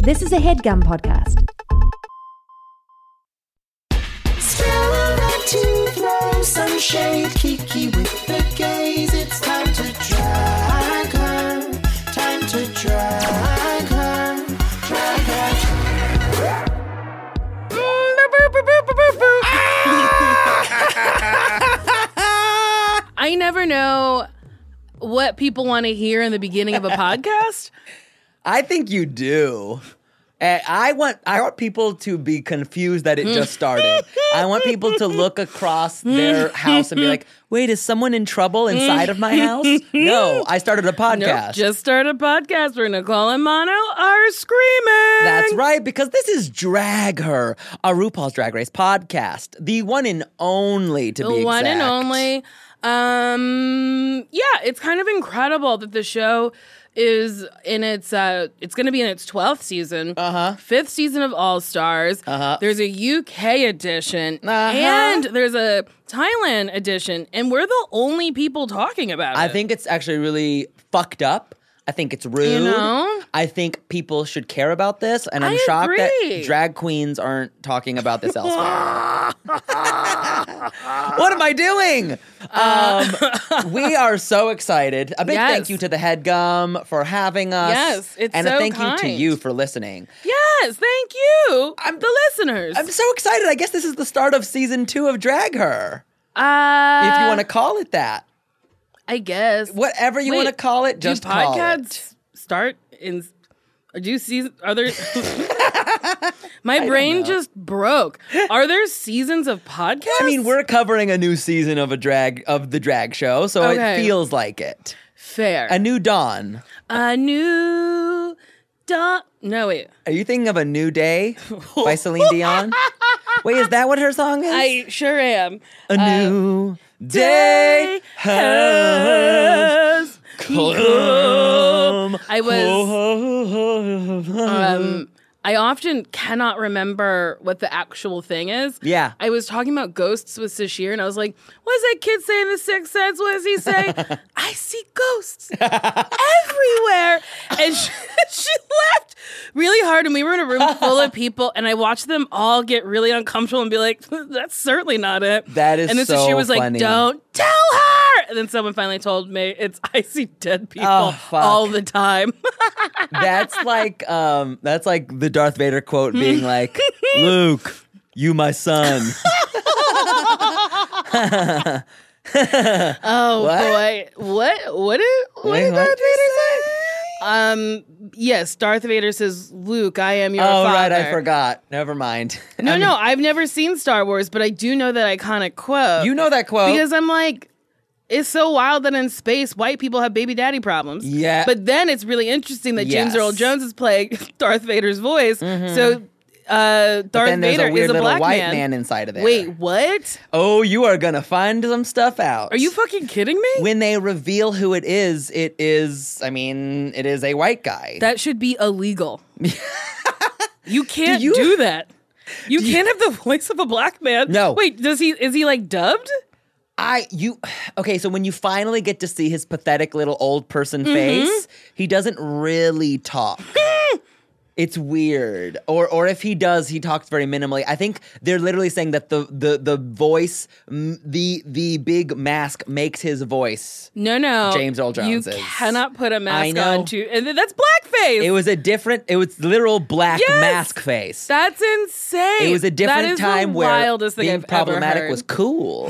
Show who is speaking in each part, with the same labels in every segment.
Speaker 1: This is a headgum podcast.
Speaker 2: Scouring to throw some shade, Kiki with the gaze. It's time to drag her, time to drag her, drag her.
Speaker 3: I never know what people want to hear in the beginning of a podcast.
Speaker 4: I think you do. And I want I want people to be confused that it just started. I want people to look across their house and be like, "Wait, is someone in trouble inside of my house?" No, I started a
Speaker 3: Nope,
Speaker 4: podcast.
Speaker 3: just started a podcast. We're Nicole and Mono are screaming.
Speaker 4: That's right, because this is Drag Her, a RuPaul's Drag Race podcast, the one and only to
Speaker 3: the
Speaker 4: be
Speaker 3: one and
Speaker 4: exact.
Speaker 3: only. Um, yeah, it's kind of incredible that the show is in its uh it's gonna be in its 12th season uh-huh fifth season of all stars uh-huh there's a uk edition
Speaker 4: Uh-huh.
Speaker 3: and there's a thailand edition and we're the only people talking about
Speaker 4: I
Speaker 3: it
Speaker 4: think it's actually really fucked up. I think it's rude.
Speaker 3: know?
Speaker 4: I think people should care about this, and I'm
Speaker 3: I
Speaker 4: shocked
Speaker 3: agree.
Speaker 4: that drag queens aren't talking about this elsewhere. what am I doing? Um, we are so excited. A big
Speaker 3: Yes.
Speaker 4: thank you to the Headgum for having us.
Speaker 3: Yes, it's
Speaker 4: and
Speaker 3: so
Speaker 4: a thank you to
Speaker 3: kind.
Speaker 4: you for listening.
Speaker 3: Yes, thank you. I'm the listeners.
Speaker 4: I'm so excited. I guess this is the start of season two of Drag Her,
Speaker 3: uh,
Speaker 4: if you want to call it that.
Speaker 3: I guess
Speaker 4: Whatever you
Speaker 3: Wait,
Speaker 4: want to call it, just
Speaker 3: do
Speaker 4: call it.
Speaker 3: podcasts start in? Or do season? Are there? My brain just broke. Are there seasons of podcasts?
Speaker 4: I mean, we're covering a new season of a drag of the drag show, so
Speaker 3: Okay.
Speaker 4: it feels like it.
Speaker 3: fair.
Speaker 4: A new dawn.
Speaker 3: a new dot. No wait.
Speaker 4: Are you thinking of a new day by Celine Dion? Wait, is that what her song is?
Speaker 3: I uh, sure am.
Speaker 4: A new day has
Speaker 3: Yes.
Speaker 4: come.
Speaker 3: I was.
Speaker 4: Mm-hmm.
Speaker 3: Um, I often cannot remember what the actual thing is.
Speaker 4: Yeah.
Speaker 3: I was talking about ghosts with Sashir, and I was like, "What does that kid say in The Sixth Sense? What does he say? I see ghosts everywhere." And she, she laughed really hard, and we were in a room full of people, and I watched them all get really uncomfortable and be like, "That's certainly not it."
Speaker 4: That is
Speaker 3: And then
Speaker 4: so
Speaker 3: Sashir was
Speaker 4: funny.
Speaker 3: like, "Don't tell her." And then someone finally told me, "It's I see dead people
Speaker 4: Oh, fuck.
Speaker 3: all the time."
Speaker 4: that's like um that's like the Darth Vader quote being like, Luke, you my son.
Speaker 3: Oh
Speaker 4: What?
Speaker 3: boy! What? What? Is, what
Speaker 4: Wait,
Speaker 3: did
Speaker 4: what
Speaker 3: Darth
Speaker 4: did he
Speaker 3: Vader say? Um. Yes, Darth Vader says, "Luke, I am your
Speaker 4: oh
Speaker 3: father."
Speaker 4: right, I forgot. Never mind. Um,
Speaker 3: No, no, I've never seen Star Wars, but I do know that iconic quote.
Speaker 4: You know that quote.
Speaker 3: because I'm like, it's so wild that in space, white people have baby daddy problems.
Speaker 4: Yeah.
Speaker 3: But then it's really interesting that James
Speaker 4: Yes. Mm-hmm.
Speaker 3: Earl Jones is playing Darth Vader's voice. So. Uh, Darth
Speaker 4: then there's
Speaker 3: Vader
Speaker 4: a weird
Speaker 3: is a
Speaker 4: little
Speaker 3: black
Speaker 4: white man. inside of there.
Speaker 3: Wait, what?
Speaker 4: Oh, you are gonna find some stuff out.
Speaker 3: Are you fucking kidding me?
Speaker 4: when they reveal who it is, it is. I mean, it is a white guy.
Speaker 3: That should be illegal. you can't do,
Speaker 4: you-
Speaker 3: that. You can't have the voice of a black man.
Speaker 4: No.
Speaker 3: Wait, does he is he like dubbed?
Speaker 4: I you. Okay, so when you finally get to see his pathetic little old person
Speaker 3: Mm-hmm.
Speaker 4: face, he doesn't really talk. It's weird, or or if he does, he talks very minimally. I think they're literally saying that the the the voice, m- the the big mask makes his voice.
Speaker 3: No, no.
Speaker 4: James Earl
Speaker 3: You
Speaker 4: Jones is-
Speaker 3: cannot put a mask
Speaker 4: know.
Speaker 3: on to and th- that's blackface.
Speaker 4: It was a different. It was literal black
Speaker 3: Yes!
Speaker 4: mask face.
Speaker 3: that's insane.
Speaker 4: It was a different
Speaker 3: that is
Speaker 4: time
Speaker 3: the
Speaker 4: where
Speaker 3: wildest thing
Speaker 4: being
Speaker 3: I've
Speaker 4: problematic
Speaker 3: ever
Speaker 4: was
Speaker 3: heard.
Speaker 4: cool.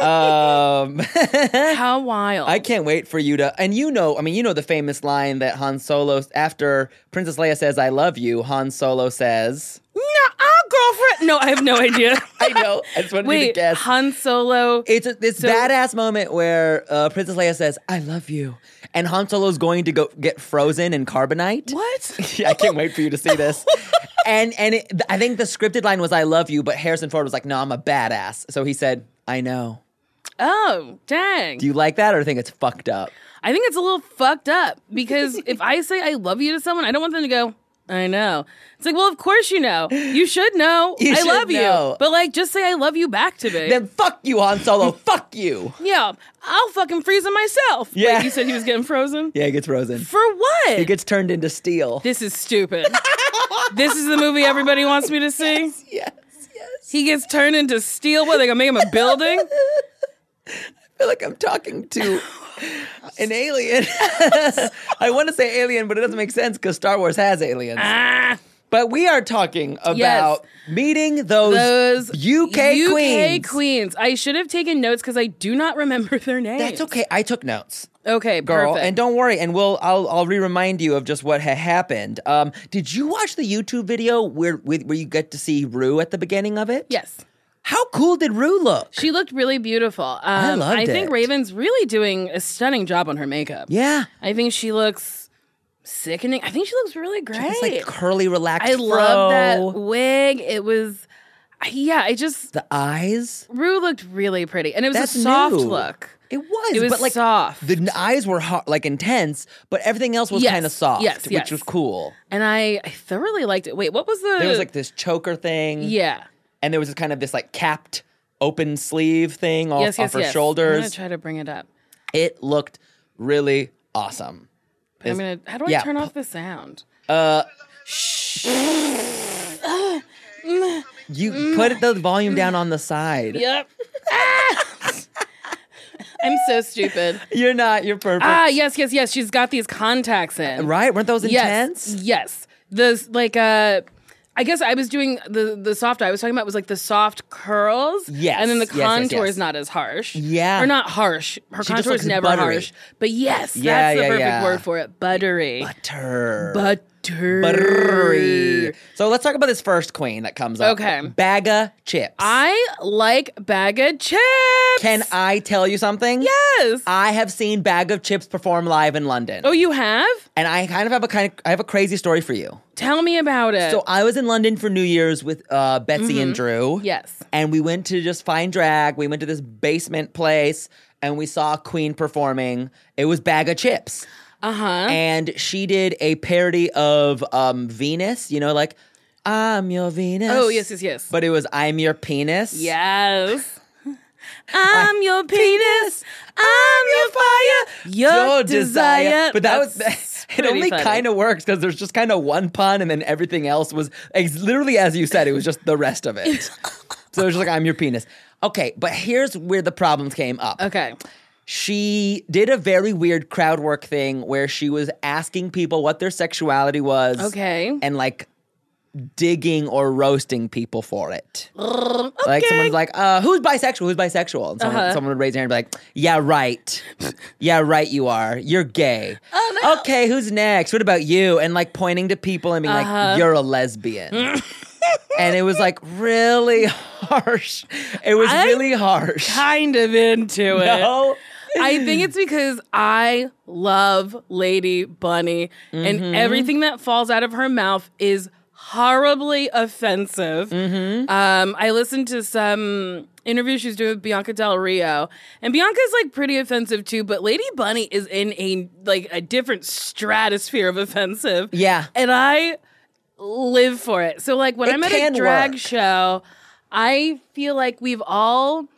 Speaker 4: um,
Speaker 3: How wild.
Speaker 4: I can't wait for you to. And you know, I mean, you know the famous line that Han Solo, after Princess Leia says, "I love you," Han Solo says,
Speaker 3: no, girlfriend. No, I have no idea.
Speaker 4: "I know." I just wanted you to
Speaker 3: Wait,
Speaker 4: guess.
Speaker 3: Han Solo.
Speaker 4: it's a, this badass moment where uh, Princess Leia says, "I love you," and Han Solo's going to go get frozen in carbonite.
Speaker 3: what?
Speaker 4: Yeah, I can't wait for you to see this. And and it, I think the scripted line was "I love you," but Harrison Ford was like, "No, I'm a badass," so he said, "I know."
Speaker 3: Oh, dang.
Speaker 4: Do you like that or think it's fucked up?
Speaker 3: I think it's a little fucked up because if I say I love you to someone, I don't want them to go, I know. It's like, well, of course you know. You should know.
Speaker 4: You
Speaker 3: I
Speaker 4: should
Speaker 3: love you.
Speaker 4: know.
Speaker 3: But like, just say I love you back to me.
Speaker 4: Then fuck you, Han Solo. fuck you.
Speaker 3: yeah, I'll fucking freeze him myself. Wait,
Speaker 4: Yeah.
Speaker 3: you said he was getting frozen?
Speaker 4: Yeah, he gets frozen.
Speaker 3: For what?
Speaker 4: He gets turned into steel.
Speaker 3: this is stupid. This is the movie everybody wants me to see.
Speaker 4: Yes, yes.
Speaker 3: He gets turned into steel. What, they gonna make him a building?
Speaker 4: I feel like I'm talking to an alien. I want to say alien, but it doesn't make sense because Star Wars has aliens.
Speaker 3: Ah,
Speaker 4: But we are talking about meeting those,
Speaker 3: those
Speaker 4: UK, queens.
Speaker 3: queens. I should have taken notes because I do not remember their names.
Speaker 4: That's okay. I took notes,
Speaker 3: Okay,
Speaker 4: girl,
Speaker 3: perfect.
Speaker 4: and don't worry. And we'll I'll I'll re-remind you of just what had happened. Um, did you watch the YouTube video where with, where you get to see Rue at the beginning of it?
Speaker 3: yes.
Speaker 4: How cool did Rue look?
Speaker 3: She looked really beautiful. Um,
Speaker 4: I loved
Speaker 3: I think
Speaker 4: it.
Speaker 3: Raven's really doing a stunning job on her makeup.
Speaker 4: yeah,
Speaker 3: I think she looks sickening. I think she looks really great.
Speaker 4: it's like curly, relaxed.
Speaker 3: I love that
Speaker 4: fro.
Speaker 3: wig. It was, yeah, I just,
Speaker 4: The eyes.
Speaker 3: Rue looked really pretty. And it was
Speaker 4: That's
Speaker 3: a soft
Speaker 4: new.
Speaker 3: look.
Speaker 4: It was.
Speaker 3: It was
Speaker 4: but like
Speaker 3: soft.
Speaker 4: The n- eyes were hot, like intense, but everything else was
Speaker 3: Yes,
Speaker 4: kind of soft,
Speaker 3: yes,
Speaker 4: which
Speaker 3: yes.
Speaker 4: was cool.
Speaker 3: and I, I thoroughly liked it. Wait, what was the.
Speaker 4: There was like this choker thing,
Speaker 3: Yeah.
Speaker 4: and there was this kind of this like capped open sleeve thing off,
Speaker 3: Yes, yes,
Speaker 4: off her
Speaker 3: yes. I'm going
Speaker 4: shoulders.
Speaker 3: to try to bring it up.
Speaker 4: it looked really awesome.
Speaker 3: I'm gonna. How do I
Speaker 4: yeah,
Speaker 3: turn
Speaker 4: p-
Speaker 3: off the sound? Mm.
Speaker 4: You put the volume down on the side.
Speaker 3: Yep. Ah! I'm so stupid.
Speaker 4: You're not. You're perfect.
Speaker 3: Ah, yes, yes, yes. She's got these contacts in.
Speaker 4: right? Weren't those
Speaker 3: Yes.
Speaker 4: intense?
Speaker 3: Yes. The like uh I guess I was doing the the soft I was talking about was like the soft curls.
Speaker 4: Yes,
Speaker 3: And then the
Speaker 4: yes, yes,
Speaker 3: contour
Speaker 4: yes.
Speaker 3: is not as harsh.
Speaker 4: Yeah.
Speaker 3: Or not harsh. Her
Speaker 4: She just
Speaker 3: contour is
Speaker 4: looks
Speaker 3: never
Speaker 4: buttery.
Speaker 3: harsh. But yes,
Speaker 4: Yeah,
Speaker 3: that's the
Speaker 4: yeah,
Speaker 3: perfect
Speaker 4: yeah.
Speaker 3: word for it. Buttery.
Speaker 4: Butter.
Speaker 3: Buttery.
Speaker 4: Buttery. So let's talk about this first queen that comes up.
Speaker 3: Okay. Ah.
Speaker 4: Bagga chips.
Speaker 3: I like bag of chips.
Speaker 4: Can I tell you something?
Speaker 3: Yes.
Speaker 4: I have seen Bag of Chips perform live in London.
Speaker 3: oh, you have?
Speaker 4: And I kind of have a kind of I have a crazy story for you.
Speaker 3: Tell me about it.
Speaker 4: So I was in London for New Year's with uh, Betsy and Drew.
Speaker 3: Mm-hmm. yes.
Speaker 4: And we went to just find drag. We went to this basement place and we saw Queen performing. It was Bag of Chips. Uh-huh. And she did a parody of um, Venus, you know, like I'm your Venus.
Speaker 3: Oh, yes, yes, yes.
Speaker 4: But it was I'm your penis.
Speaker 3: Yes. I'm your penis.
Speaker 4: I'm your fire,
Speaker 3: Your desire.
Speaker 4: But that
Speaker 3: That's
Speaker 4: was it. Only
Speaker 3: pretty funny.
Speaker 4: kind of works because there's just kind of one pun, and then everything else was ex- literally as you said. It was just the rest of it. so it was just like I'm your penis. Okay, but here's where the problems came up.
Speaker 3: Okay.
Speaker 4: She did a very weird crowd work thing where she was asking people what their sexuality was.
Speaker 3: Okay.
Speaker 4: And like digging or roasting people for it. Like someone's like, uh, who's bisexual? Who's bisexual? And someone,
Speaker 3: Uh-huh.
Speaker 4: someone would raise their hand and be like, yeah, right. yeah, right, you are. You're gay.
Speaker 3: Oh,
Speaker 4: Okay, who's next? What about you? And like pointing to people and being
Speaker 3: Uh-huh.
Speaker 4: like, you're a lesbian. and it was like really harsh. It was
Speaker 3: I'm
Speaker 4: really harsh.
Speaker 3: Kind of into it.
Speaker 4: No?
Speaker 3: I think it's because I love Lady Bunny,
Speaker 4: Mm-hmm.
Speaker 3: and everything that falls out of her mouth is horribly offensive.
Speaker 4: Mm-hmm.
Speaker 3: Um, I listened to some interview she was doing with Bianca Del Rio, and Bianca's like pretty offensive too, but Lady Bunny is in a like a different stratosphere of offensive.
Speaker 4: Yeah.
Speaker 3: and I live for it. So like when
Speaker 4: It
Speaker 3: I'm at
Speaker 4: can
Speaker 3: a drag
Speaker 4: work.
Speaker 3: show, I feel like we've all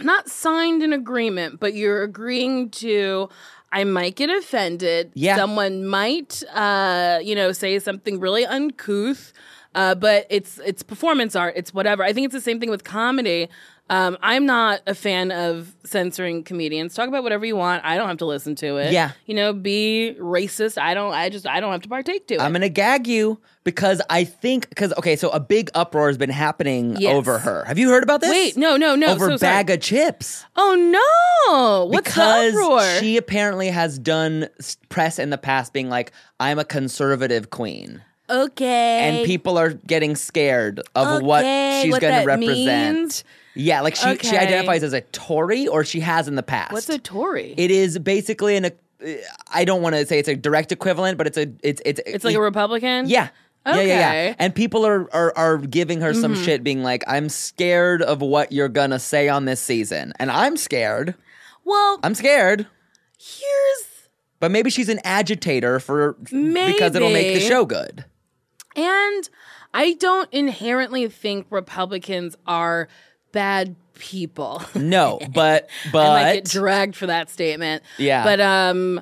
Speaker 3: not signed an agreement, but you're agreeing to I might get offended.
Speaker 4: Yeah.
Speaker 3: Someone might uh, you know, say something really uncouth. Uh, but it's it's performance art, it's whatever. I think it's the same thing with comedy. Um, I'm not a fan of censoring comedians. Talk about whatever you want. I don't have to listen to it.
Speaker 4: Yeah.
Speaker 3: You know, be racist. I don't I just I don't have to partake to it.
Speaker 4: I'm gonna gag you because I think because okay, so a big uproar has been happening
Speaker 3: Yes.
Speaker 4: over her. Have you heard about this?
Speaker 3: Wait, no, no, no.
Speaker 4: over
Speaker 3: so sorry.
Speaker 4: bag of chips
Speaker 3: Oh no! What's
Speaker 4: because
Speaker 3: the uproar?
Speaker 4: she apparently has done s- press in the past being like, "I'm a conservative queen,"
Speaker 3: okay.
Speaker 4: and people are getting scared of what
Speaker 3: Okay,
Speaker 4: she's
Speaker 3: what
Speaker 4: gonna
Speaker 3: that
Speaker 4: represent.
Speaker 3: means?
Speaker 4: Yeah, like she she
Speaker 3: Okay.
Speaker 4: identifies as a Tory, or she has in the past.
Speaker 3: What's a Tory?
Speaker 4: It is basically an. I don't want to say it's a direct equivalent, but it's a it's it's e,
Speaker 3: it's like a Republican.
Speaker 4: Yeah. Yeah, yeah, yeah.
Speaker 3: Okay. Mm-hmm.
Speaker 4: And people are, are are giving her some shit, being like, "I'm scared of what you're gonna say on this season," and I'm scared.
Speaker 3: Well,
Speaker 4: I'm scared.
Speaker 3: here's
Speaker 4: But maybe she's an agitator for because it'll make the
Speaker 3: Maybe.
Speaker 4: show good.
Speaker 3: and I don't inherently think Republicans are bad people.
Speaker 4: No, but
Speaker 3: I might get
Speaker 4: but
Speaker 3: dragged for that statement.
Speaker 4: Yeah.
Speaker 3: But um,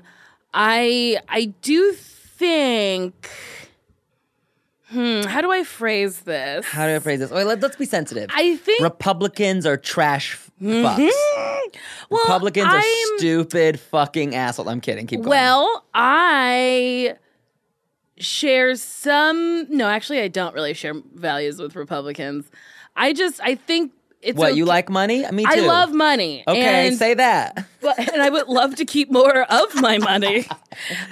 Speaker 3: I I do think. Hmm. do I phrase this?
Speaker 4: How do I phrase this? Wait, let, us be sensitive.
Speaker 3: I think- Mm-hmm.
Speaker 4: Republicans are trash f- fucks.
Speaker 3: Well,
Speaker 4: Republicans
Speaker 3: I'm-
Speaker 4: are stupid fucking assholes. I'm kidding. Keep going.
Speaker 3: Well, I share some. No, actually, I don't really share values with Republicans. I just, I think it's
Speaker 4: what you
Speaker 3: okay-
Speaker 4: like money? Me too.
Speaker 3: I love money.
Speaker 4: Okay,
Speaker 3: and,
Speaker 4: say that.
Speaker 3: but- and I would love to keep more of my money.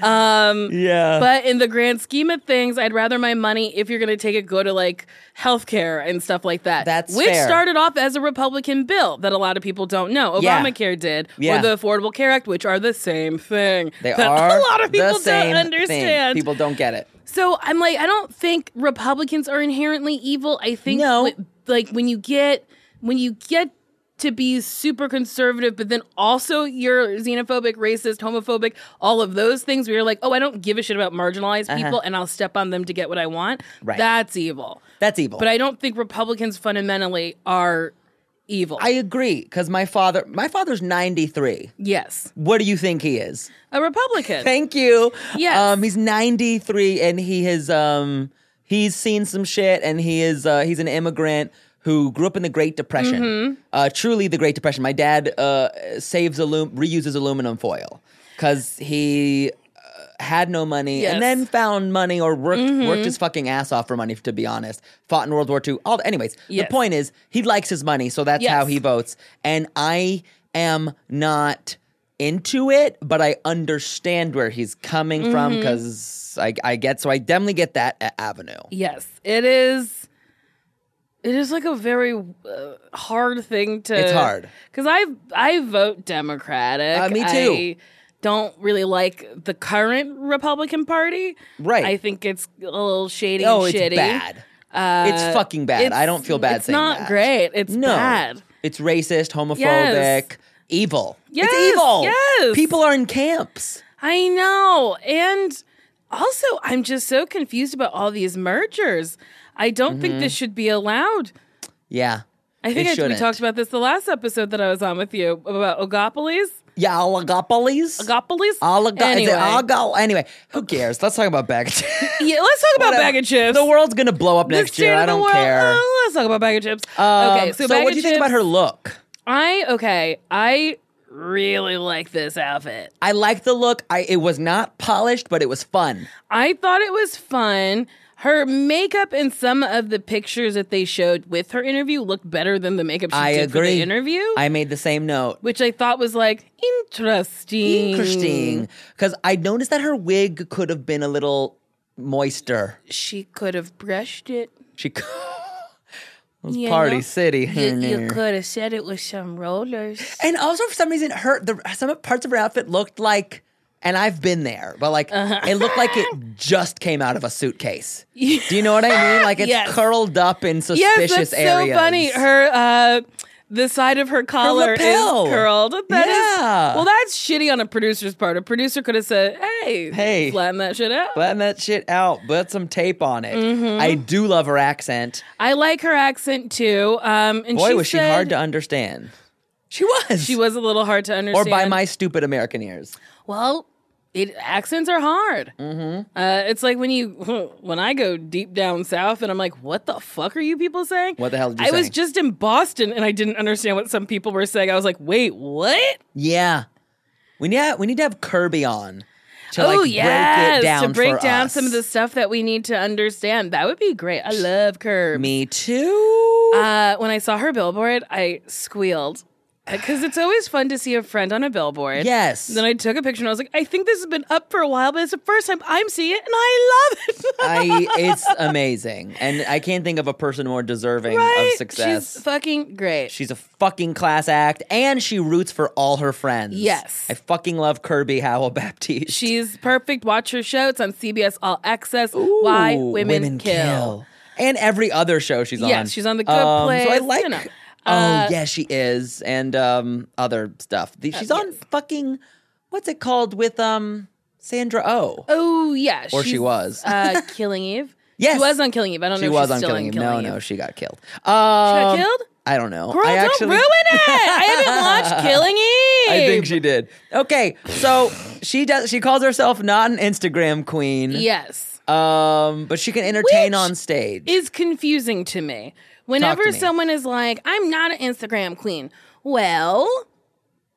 Speaker 4: Yeah.
Speaker 3: But in the grand scheme of things, I'd rather my money, if you're going to take it, go to like healthcare and stuff like that.
Speaker 4: That's
Speaker 3: which
Speaker 4: fair.
Speaker 3: started off as a Republican bill that a lot of people don't know.
Speaker 4: Yeah.
Speaker 3: Obamacare did,
Speaker 4: Yeah.
Speaker 3: or the Affordable Care Act, which are the same thing.
Speaker 4: they
Speaker 3: that
Speaker 4: are
Speaker 3: A lot of people
Speaker 4: the same
Speaker 3: don't understand.
Speaker 4: Thing. People don't get it.
Speaker 3: So I'm like, I don't think Republicans are inherently evil. I think
Speaker 4: No.
Speaker 3: li- like when you get when you get to be super conservative, but then also you're xenophobic, racist, homophobic, all of those things where you're like, oh, I don't give a shit about marginalized people and I'll step on them to get what I want.
Speaker 4: Uh-huh. Right.
Speaker 3: That's evil.
Speaker 4: That's evil.
Speaker 3: But I don't think Republicans fundamentally are evil.
Speaker 4: I agree because my father, my father's 93.
Speaker 3: yes.
Speaker 4: What do you think he is?
Speaker 3: A Republican.
Speaker 4: Thank you.
Speaker 3: Yes.
Speaker 4: Um, he's 93 and he has um he's seen some shit and he is uh he's an immigrant who grew up in the Great Depression.
Speaker 3: Mm-hmm.
Speaker 4: Uh truly the Great Depression. My dad uh saves alum reuses aluminum foil cuz he uh, had no money
Speaker 3: Yes. Mm-hmm.
Speaker 4: and then found money or worked worked his fucking ass off for money to be honest. Fought in World War II. All anyways,
Speaker 3: Yes.
Speaker 4: the point is he likes his money so that's
Speaker 3: Yes.
Speaker 4: how he votes and I am not into it, but I understand where he's coming from
Speaker 3: Mm-hmm.
Speaker 4: because I, I get so I definitely get that a- avenue.
Speaker 3: yes. It is. It is like a very uh, hard thing to.
Speaker 4: It's hard.
Speaker 3: because I I vote Democratic.
Speaker 4: Uh, me too.
Speaker 3: I don't really like the current Republican Party.
Speaker 4: Right.
Speaker 3: I think it's a little shady.
Speaker 4: oh,
Speaker 3: and
Speaker 4: it's
Speaker 3: shitty.
Speaker 4: bad. it's
Speaker 3: Uh,
Speaker 4: fucking bad. I
Speaker 3: it's-
Speaker 4: don't feel bad
Speaker 3: It's
Speaker 4: saying
Speaker 3: not
Speaker 4: that.
Speaker 3: great. It's
Speaker 4: No,
Speaker 3: bad.
Speaker 4: it's racist, homophobic,
Speaker 3: Yes.
Speaker 4: evil.
Speaker 3: Yes,
Speaker 4: it's evil.
Speaker 3: yes.
Speaker 4: people are in camps.
Speaker 3: I know, and also I'm just so confused about all these mergers. I don't
Speaker 4: Mm-hmm.
Speaker 3: think this should be allowed.
Speaker 4: Yeah,
Speaker 3: I think
Speaker 4: It
Speaker 3: I, we
Speaker 4: shouldn't.
Speaker 3: talked about this the last episode that I was on with you about oligopolies.
Speaker 4: yeah, oligopolies.
Speaker 3: Oligopolies.
Speaker 4: Oligo-
Speaker 3: Anyway,
Speaker 4: Is it oligo- anyway, who cares? Let's talk about bag chips.
Speaker 3: yeah, let's talk about
Speaker 4: Whatever.
Speaker 3: bag of chips.
Speaker 4: The world's gonna blow up next
Speaker 3: state
Speaker 4: year.
Speaker 3: of
Speaker 4: I
Speaker 3: the
Speaker 4: don't
Speaker 3: world.
Speaker 4: care.
Speaker 3: Uh, let's talk about bag of chips. okay,
Speaker 4: Um,
Speaker 3: so,
Speaker 4: so,
Speaker 3: bag
Speaker 4: what
Speaker 3: of
Speaker 4: do you think about
Speaker 3: chips-
Speaker 4: her look?
Speaker 3: I okay. I really like this outfit.
Speaker 4: I like the look. I it was not polished, but it was fun.
Speaker 3: I thought it was fun. Her makeup and some of the pictures that they showed with her interview looked better than the makeup she
Speaker 4: I
Speaker 3: did for
Speaker 4: agree.
Speaker 3: the interview,
Speaker 4: I made the same note.
Speaker 3: which I thought was like interesting.
Speaker 4: Interesting, because I noticed that her wig could have been a little moister.
Speaker 3: She could have brushed it.
Speaker 4: She c-
Speaker 3: you
Speaker 4: Party
Speaker 3: know?
Speaker 4: City,
Speaker 3: You, you could have said it with some rollers.
Speaker 4: and also for some reason, her the some parts of her outfit looked like. And I've been there, but like it looked like
Speaker 3: Uh-huh.
Speaker 4: it just came out of a suitcase. Do you know what I mean? Like it's
Speaker 3: Yes.
Speaker 4: curled up in
Speaker 3: Yes,
Speaker 4: suspicious
Speaker 3: that's
Speaker 4: areas.
Speaker 3: so funny. Her uh the side of her collar is
Speaker 4: lapel.
Speaker 3: curled. That is
Speaker 4: Yeah.
Speaker 3: well, that's shitty on a producer's part. A producer could have said, "Hey,
Speaker 4: Hey.
Speaker 3: flatten that shit out."
Speaker 4: Flatten that shit out. Put some tape on it.
Speaker 3: Mm-hmm.
Speaker 4: I do love her accent.
Speaker 3: I like her accent too. Um, and
Speaker 4: Boy,
Speaker 3: she
Speaker 4: was she
Speaker 3: said-
Speaker 4: hard to understand. She was.
Speaker 3: She was a little hard to
Speaker 4: Or
Speaker 3: understand.
Speaker 4: by my stupid American ears.
Speaker 3: well, it, accents are hard. Mm-hmm. Uh, it's like when you when I go deep down south and I'm like, "What the fuck are you people saying?"
Speaker 4: What the hell did you
Speaker 3: I was
Speaker 4: say?
Speaker 3: just in Boston and I didn't understand what some people were saying. I was like, "Wait, what?"
Speaker 4: Yeah. We need we need to have Kirby on to
Speaker 3: oh
Speaker 4: like
Speaker 3: yes,
Speaker 4: break it down
Speaker 3: to break
Speaker 4: for
Speaker 3: down
Speaker 4: us.
Speaker 3: some of the stuff that we need to understand. That would be great. I love Curb.
Speaker 4: Me too.
Speaker 3: Uh, when I saw her billboard, I squealed because it's always fun to see a friend on a billboard.
Speaker 4: yes.
Speaker 3: Then I took a picture and I was like, I think this has been up for a while, but it's the first time I'm seeing it, and I love it.
Speaker 4: I it's amazing. And I can't think of a person more deserving
Speaker 3: Right?
Speaker 4: of success.
Speaker 3: She's fucking great.
Speaker 4: She's a fucking class act and she roots for all her friends.
Speaker 3: Yes.
Speaker 4: I fucking love Kirby Howell Baptiste.
Speaker 3: She's perfect. Watch her show. It's on CBS All Access. Why
Speaker 4: Ooh,
Speaker 3: women, kill.
Speaker 4: And every other show she's on.
Speaker 3: Yes, she's on The Good
Speaker 4: Um,
Speaker 3: Place.
Speaker 4: So I like.
Speaker 3: you know. Uh,
Speaker 4: oh yeah, she is, and um, other stuff. The- She's on fucking what's it called with um Sandra Oh.
Speaker 3: Oh yeah,
Speaker 4: Or she
Speaker 3: she's,
Speaker 4: was.
Speaker 3: uh, Killing Eve.
Speaker 4: Yes.
Speaker 3: she was on Killing Eve. I don't
Speaker 4: she
Speaker 3: know. if
Speaker 4: was
Speaker 3: she's
Speaker 4: on
Speaker 3: still
Speaker 4: Killing Eve.
Speaker 3: on Killing
Speaker 4: No,
Speaker 3: Eve.
Speaker 4: no, she got killed. Um,
Speaker 3: got killed?
Speaker 4: I don't know.
Speaker 3: Girl,
Speaker 4: I
Speaker 3: don't
Speaker 4: actually,
Speaker 3: ruin it. I haven't watched Killing Eve.
Speaker 4: I think she did. Okay, so she does. She calls herself not an Instagram queen.
Speaker 3: Yes.
Speaker 4: Um, but she can entertain
Speaker 3: Which
Speaker 4: on stage.
Speaker 3: is confusing to me. Whenever
Speaker 4: me.
Speaker 3: someone is like, I'm not an Instagram queen, well,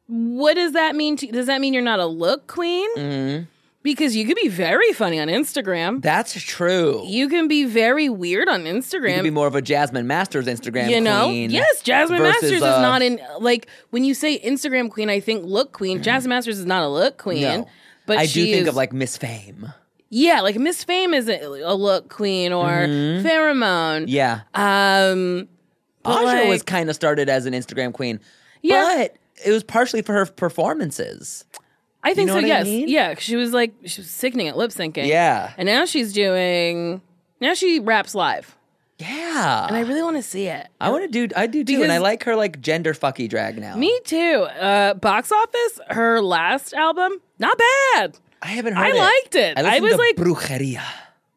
Speaker 3: what does that mean to Does that mean you're not a look queen?
Speaker 4: Mm-hmm.
Speaker 3: Because you could be very funny on Instagram.
Speaker 4: That's true.
Speaker 3: you can be very weird on Instagram.
Speaker 4: Could be more of a Jasmine Masters Instagram
Speaker 3: you know?
Speaker 4: queen.
Speaker 3: Yes, Jasmine
Speaker 4: versus,
Speaker 3: Masters is
Speaker 4: uh,
Speaker 3: not in like when you say Instagram queen, I think look queen. Jasmine Masters is not a look queen.
Speaker 4: Mm-hmm. No.
Speaker 3: But
Speaker 4: I
Speaker 3: she
Speaker 4: do think
Speaker 3: is-
Speaker 4: of like Miss Fame.
Speaker 3: Yeah, like Miss Fame is a, a look queen or pheromone.
Speaker 4: Mm-hmm. Yeah,
Speaker 3: Um but,
Speaker 4: Aja was
Speaker 3: like-
Speaker 4: kind of started as an Instagram queen.
Speaker 3: Yeah.
Speaker 4: but it was partially for her performances.
Speaker 3: I think
Speaker 4: know
Speaker 3: so.
Speaker 4: what I
Speaker 3: yes,
Speaker 4: mean?
Speaker 3: yeah. 'cause She was like she was sickening at lip syncing.
Speaker 4: Yeah.
Speaker 3: and now she's doing. Now she raps live,
Speaker 4: Yeah,
Speaker 3: and I really want to see it.
Speaker 4: I want to do. I do too, and I
Speaker 3: Because-
Speaker 4: like her like gender fucky drag now.
Speaker 3: Me too. Uh, box office. Her last album, not bad.
Speaker 4: I haven't heard
Speaker 3: I
Speaker 4: it.
Speaker 3: liked it. I,
Speaker 4: listened
Speaker 3: was
Speaker 4: to
Speaker 3: like,
Speaker 4: brujeria.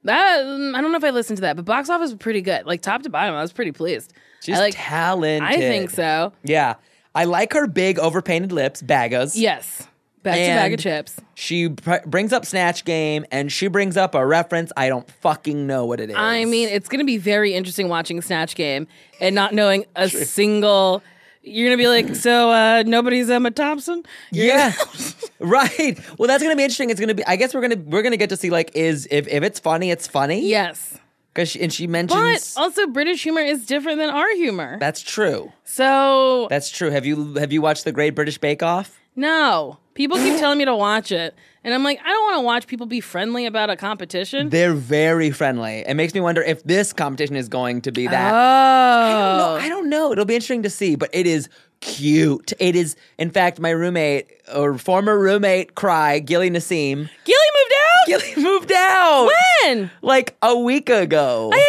Speaker 3: that, mm, I don't know if I listened to that, but box office was pretty good. Like top to bottom, I was pretty pleased.
Speaker 4: She's
Speaker 3: I like.
Speaker 4: talented.
Speaker 3: I think so.
Speaker 4: Yeah, I like her big overpainted lips, bagas.
Speaker 3: Yes. Back to bag of
Speaker 4: And-
Speaker 3: chips.
Speaker 4: She pr- brings up Snatch Game and she brings up a reference. I don't fucking know what it is.
Speaker 3: I mean, it's going to be very interesting watching Snatch Game and not knowing a single. You're going to be like, so uh, nobody's Emma Thompson? You're
Speaker 4: yeah, right. Well, that's gonna be interesting. It's gonna be. I guess we're gonna we're gonna get to see like is if if it's funny, it's funny.
Speaker 3: Yes.
Speaker 4: Because she, and she
Speaker 3: But oh
Speaker 4: mentions
Speaker 3: also, British humor is different than our humor.
Speaker 4: that's true.
Speaker 3: So,
Speaker 4: That's true. Have you have you watched the Great British Bake Off?
Speaker 3: no. People keep telling me to watch it. And I'm like, I don't want to watch people be friendly about a competition.
Speaker 4: They're very friendly. It makes me wonder if this competition is going to be that. don't know-
Speaker 3: oh.
Speaker 4: I don't know. It'll be interesting to see, but it is cute. It is, in fact, my roommate or former roommate, Cry Gilly Nassim.
Speaker 3: Gilly moved out?
Speaker 4: Gilly moved out
Speaker 3: When?
Speaker 4: like a week ago.
Speaker 3: I had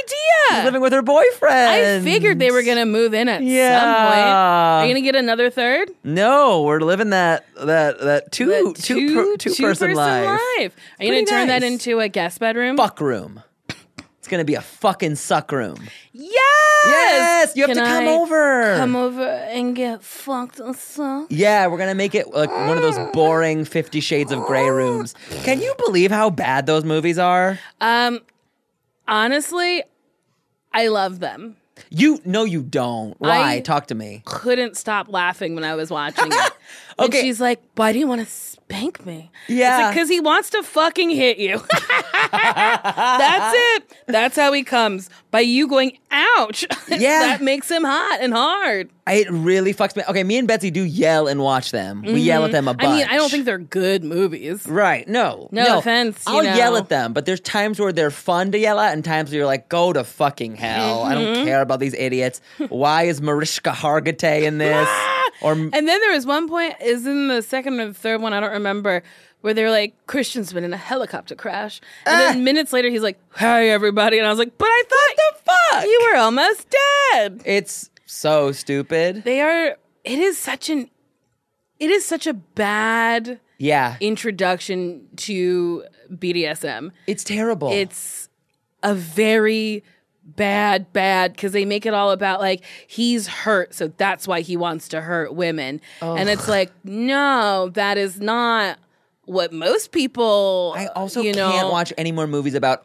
Speaker 4: She's
Speaker 3: no idea.
Speaker 4: living with her boyfriend.
Speaker 3: I figured they were going to move in at some point.
Speaker 4: Yeah.
Speaker 3: Are you going to get another third?
Speaker 4: No, we're living that that that two
Speaker 3: The
Speaker 4: two per- two person, life.
Speaker 3: Are you going
Speaker 4: Pretty
Speaker 3: to turn that
Speaker 4: nice.
Speaker 3: into a guest bedroom?
Speaker 4: Fuck room. It's gonna be a fucking suck room.
Speaker 3: Yes.
Speaker 4: Yes, you have
Speaker 3: Can
Speaker 4: to come
Speaker 3: I
Speaker 4: over.
Speaker 3: Come over and get fucked or something.
Speaker 4: Yeah, we're gonna make it like one of those
Speaker 3: Ah.
Speaker 4: boring Fifty Shades of Grey rooms. Can you believe how bad those movies are?
Speaker 3: Um, honestly, I love them.
Speaker 4: You no, you don't. Why?
Speaker 3: I-
Speaker 4: Talk to me.
Speaker 3: Couldn't stop laughing when I was watching it. And
Speaker 4: Okay.
Speaker 3: she's like, "Why do you want to spank me?"
Speaker 4: Yeah.
Speaker 3: because he wants to fucking hit you. That's it. That's how he comes by you going, "Ouch!"
Speaker 4: Yeah.
Speaker 3: that makes him hot and hard.
Speaker 4: I, it really fucks me. Okay, me and Betsy do yell and watch them. We yell at them a bunch.
Speaker 3: Mm-hmm. I mean, I don't think they're good movies.
Speaker 4: Right? No.
Speaker 3: No offense, you
Speaker 4: I'll
Speaker 3: know.
Speaker 4: yell at them, but there's times where they're fun to yell at, and times where you're like, "Go to fucking hell! I
Speaker 3: Mm-hmm.
Speaker 4: don't care about these idiots. Why is Mariska Hargitay in this?" or
Speaker 3: And then there was one point, is in the second or the third one, I don't remember, where they were like, Christian's been in a helicopter crash. And
Speaker 4: Eh.
Speaker 3: then minutes later, he's like, Hey, everybody. And I was like, But I thought
Speaker 4: the fuck?
Speaker 3: you were almost dead.
Speaker 4: it's so stupid.
Speaker 3: They are, it is such an, it is such a bad
Speaker 4: yeah,
Speaker 3: introduction to BDSM.
Speaker 4: it's terrible.
Speaker 3: It's a very bad, bad, because they make it all about like, he's hurt, so that's why he wants to hurt women. And it's like, no, that is not what most people,
Speaker 4: I also
Speaker 3: Uh, you know, Hmm.
Speaker 4: can't watch any more movies about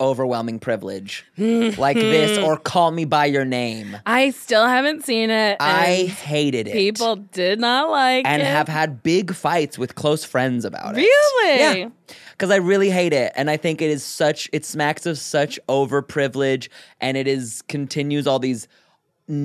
Speaker 4: overwhelming privilege like this or Call Me by Your Name.
Speaker 3: I still haven't seen it.
Speaker 4: I
Speaker 3: and
Speaker 4: hated it.
Speaker 3: people did not like
Speaker 4: and
Speaker 3: it.
Speaker 4: have had big fights with close friends about it.
Speaker 3: Really?
Speaker 4: Yeah. Cuz I really hate it and I think it is such it smacks of such overprivilege and it is continues all these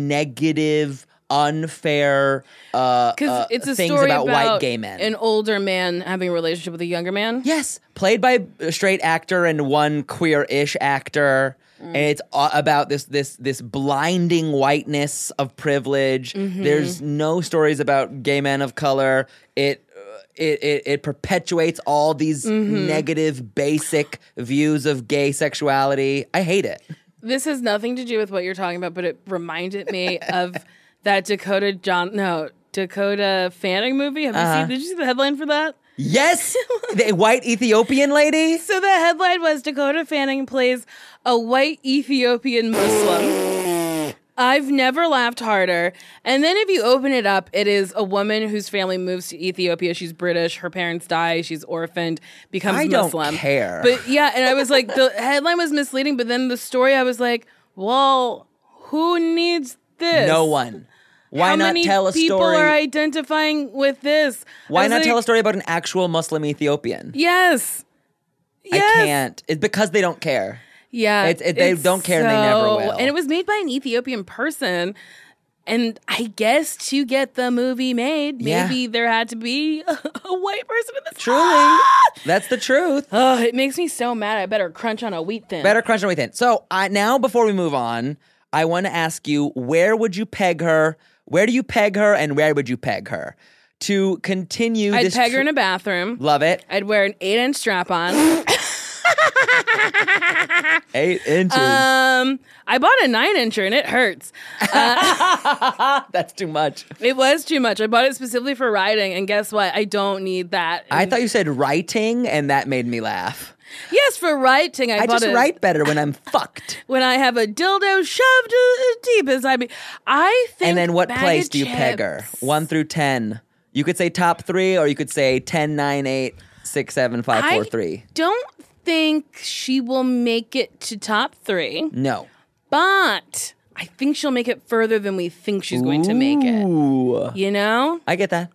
Speaker 4: negative unfair uh,
Speaker 3: because
Speaker 4: uh,
Speaker 3: it's a
Speaker 4: things
Speaker 3: story
Speaker 4: about,
Speaker 3: about,
Speaker 4: white gay men.
Speaker 3: an older man having a relationship with a younger man.
Speaker 4: Yes, played by a straight actor and one queer-ish actor, and it's a- about this this this blinding whiteness of privilege.
Speaker 3: Mm-hmm.
Speaker 4: There's no stories about gay men of color. It uh, it it, it perpetuates all these
Speaker 3: Mm-hmm.
Speaker 4: negative, basic views of gay sexuality. I hate it.
Speaker 3: This has nothing to do with what you're talking about, but it reminded me of that Dakota John no Dakota Fanning movie. Have you seen? Did you see the headline for that?
Speaker 4: Yes, the white Ethiopian lady.
Speaker 3: So the headline was Dakota Fanning plays a white Ethiopian Muslim. I've never laughed harder. And then if you open it up, it is a woman whose family moves to Ethiopia. She's British. Her parents die. She's orphaned. Becomes
Speaker 4: I don't
Speaker 3: Muslim.
Speaker 4: care.
Speaker 3: But yeah, and I was like, the headline was misleading. But then the story, I was like, well, who needs this?
Speaker 4: No one. Why
Speaker 3: How
Speaker 4: not
Speaker 3: many
Speaker 4: tell a
Speaker 3: people
Speaker 4: story?
Speaker 3: are identifying with this? I
Speaker 4: Why
Speaker 3: was
Speaker 4: not
Speaker 3: like,
Speaker 4: tell a story about an actual Muslim Ethiopian?
Speaker 3: Yes. Yes.
Speaker 4: I can't. It's because they don't care.
Speaker 3: Yeah,
Speaker 4: It's- it- they don't care and they never
Speaker 3: so-
Speaker 4: will.
Speaker 3: And it was made by an Ethiopian person. And I guess to get the movie made,
Speaker 4: Yeah.
Speaker 3: maybe there had to be a, white person in this.
Speaker 4: Truly, that's the truth.
Speaker 3: Oh, it makes me so mad. I better crunch on a wheat thin.
Speaker 4: Better crush on within. So I, now, before we move on, I want to ask you: Where would you peg her? Where do you peg her, and where would you peg her to continue?
Speaker 3: I'd
Speaker 4: this
Speaker 3: peg her
Speaker 4: tr-
Speaker 3: in a bathroom.
Speaker 4: Love it.
Speaker 3: I'd wear an eight inch strap on.
Speaker 4: Eight inches.
Speaker 3: um, I bought a nine incher and it hurts. Uh,
Speaker 4: that's too much.
Speaker 3: It was too much. I bought it specifically for riding. And guess what? I don't need that.
Speaker 4: I thought you said writing, and that made me laugh.
Speaker 3: yes, for writing. I,
Speaker 4: I
Speaker 3: bought
Speaker 4: just
Speaker 3: it.
Speaker 4: write better when I'm fucked.
Speaker 3: when I have a dildo shoved uh, deep inside me. I think.
Speaker 4: And then what
Speaker 3: bag of
Speaker 4: place do you peg her?
Speaker 3: chips.
Speaker 4: One through 10. You could say top three, or you could say 10, 9, 8, 6, 7, 5, 4,
Speaker 3: I
Speaker 4: 3.
Speaker 3: don't think she will make it to top three,
Speaker 4: No.
Speaker 3: but I think she'll make it further than we think she's going to make it.
Speaker 4: Ooh.
Speaker 3: You know?
Speaker 4: I get that.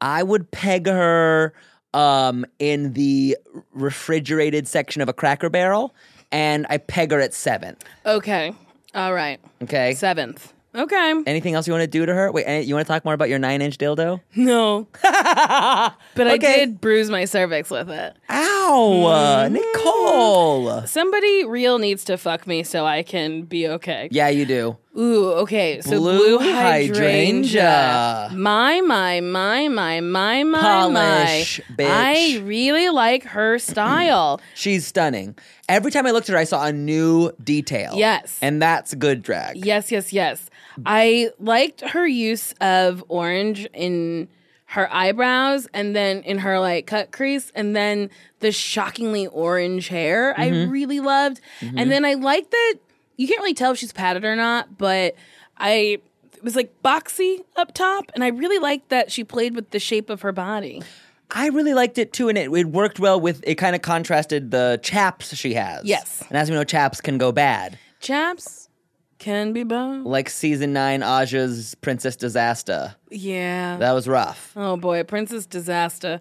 Speaker 4: I would peg her um, in the refrigerated section of a cracker barrel, and I peg her at seventh.
Speaker 3: Okay. All right.
Speaker 4: Okay.
Speaker 3: Seventh. Okay.
Speaker 4: Anything else you want to do to her? Wait, eh, you want to talk more about your nine inch dildo?
Speaker 3: No. but I
Speaker 4: Okay.
Speaker 3: did bruise my cervix with it.
Speaker 4: Ow, uh, Nicole.
Speaker 3: Somebody real needs to fuck me so I can be okay.
Speaker 4: Yeah, you do.
Speaker 3: Ooh, okay. So blue,
Speaker 4: Blue hydrangea.
Speaker 3: hydrangea. My, my, my, my, my, my,
Speaker 4: Polish,
Speaker 3: my.
Speaker 4: bitch.
Speaker 3: I really like her style.
Speaker 4: She's stunning. Every time I looked at her, I saw a new detail.
Speaker 3: Yes.
Speaker 4: And that's good drag.
Speaker 3: yes, yes, yes. I liked her use of orange in her eyebrows and then in her like cut crease and then the shockingly orange hair I really loved. And then I liked that you can't really tell if she's padded or not, but I it was like boxy up top and I really liked that she played with the shape of her body.
Speaker 4: I really liked it too, and it, it worked well with it kind of contrasted the chaps she has.
Speaker 3: Yes.
Speaker 4: And as we know, chaps can go bad.
Speaker 3: Chaps can be bone.
Speaker 4: Like season nine Aja's Princess Disaster.
Speaker 3: Yeah.
Speaker 4: That was rough.
Speaker 3: Oh boy, Princess Disaster.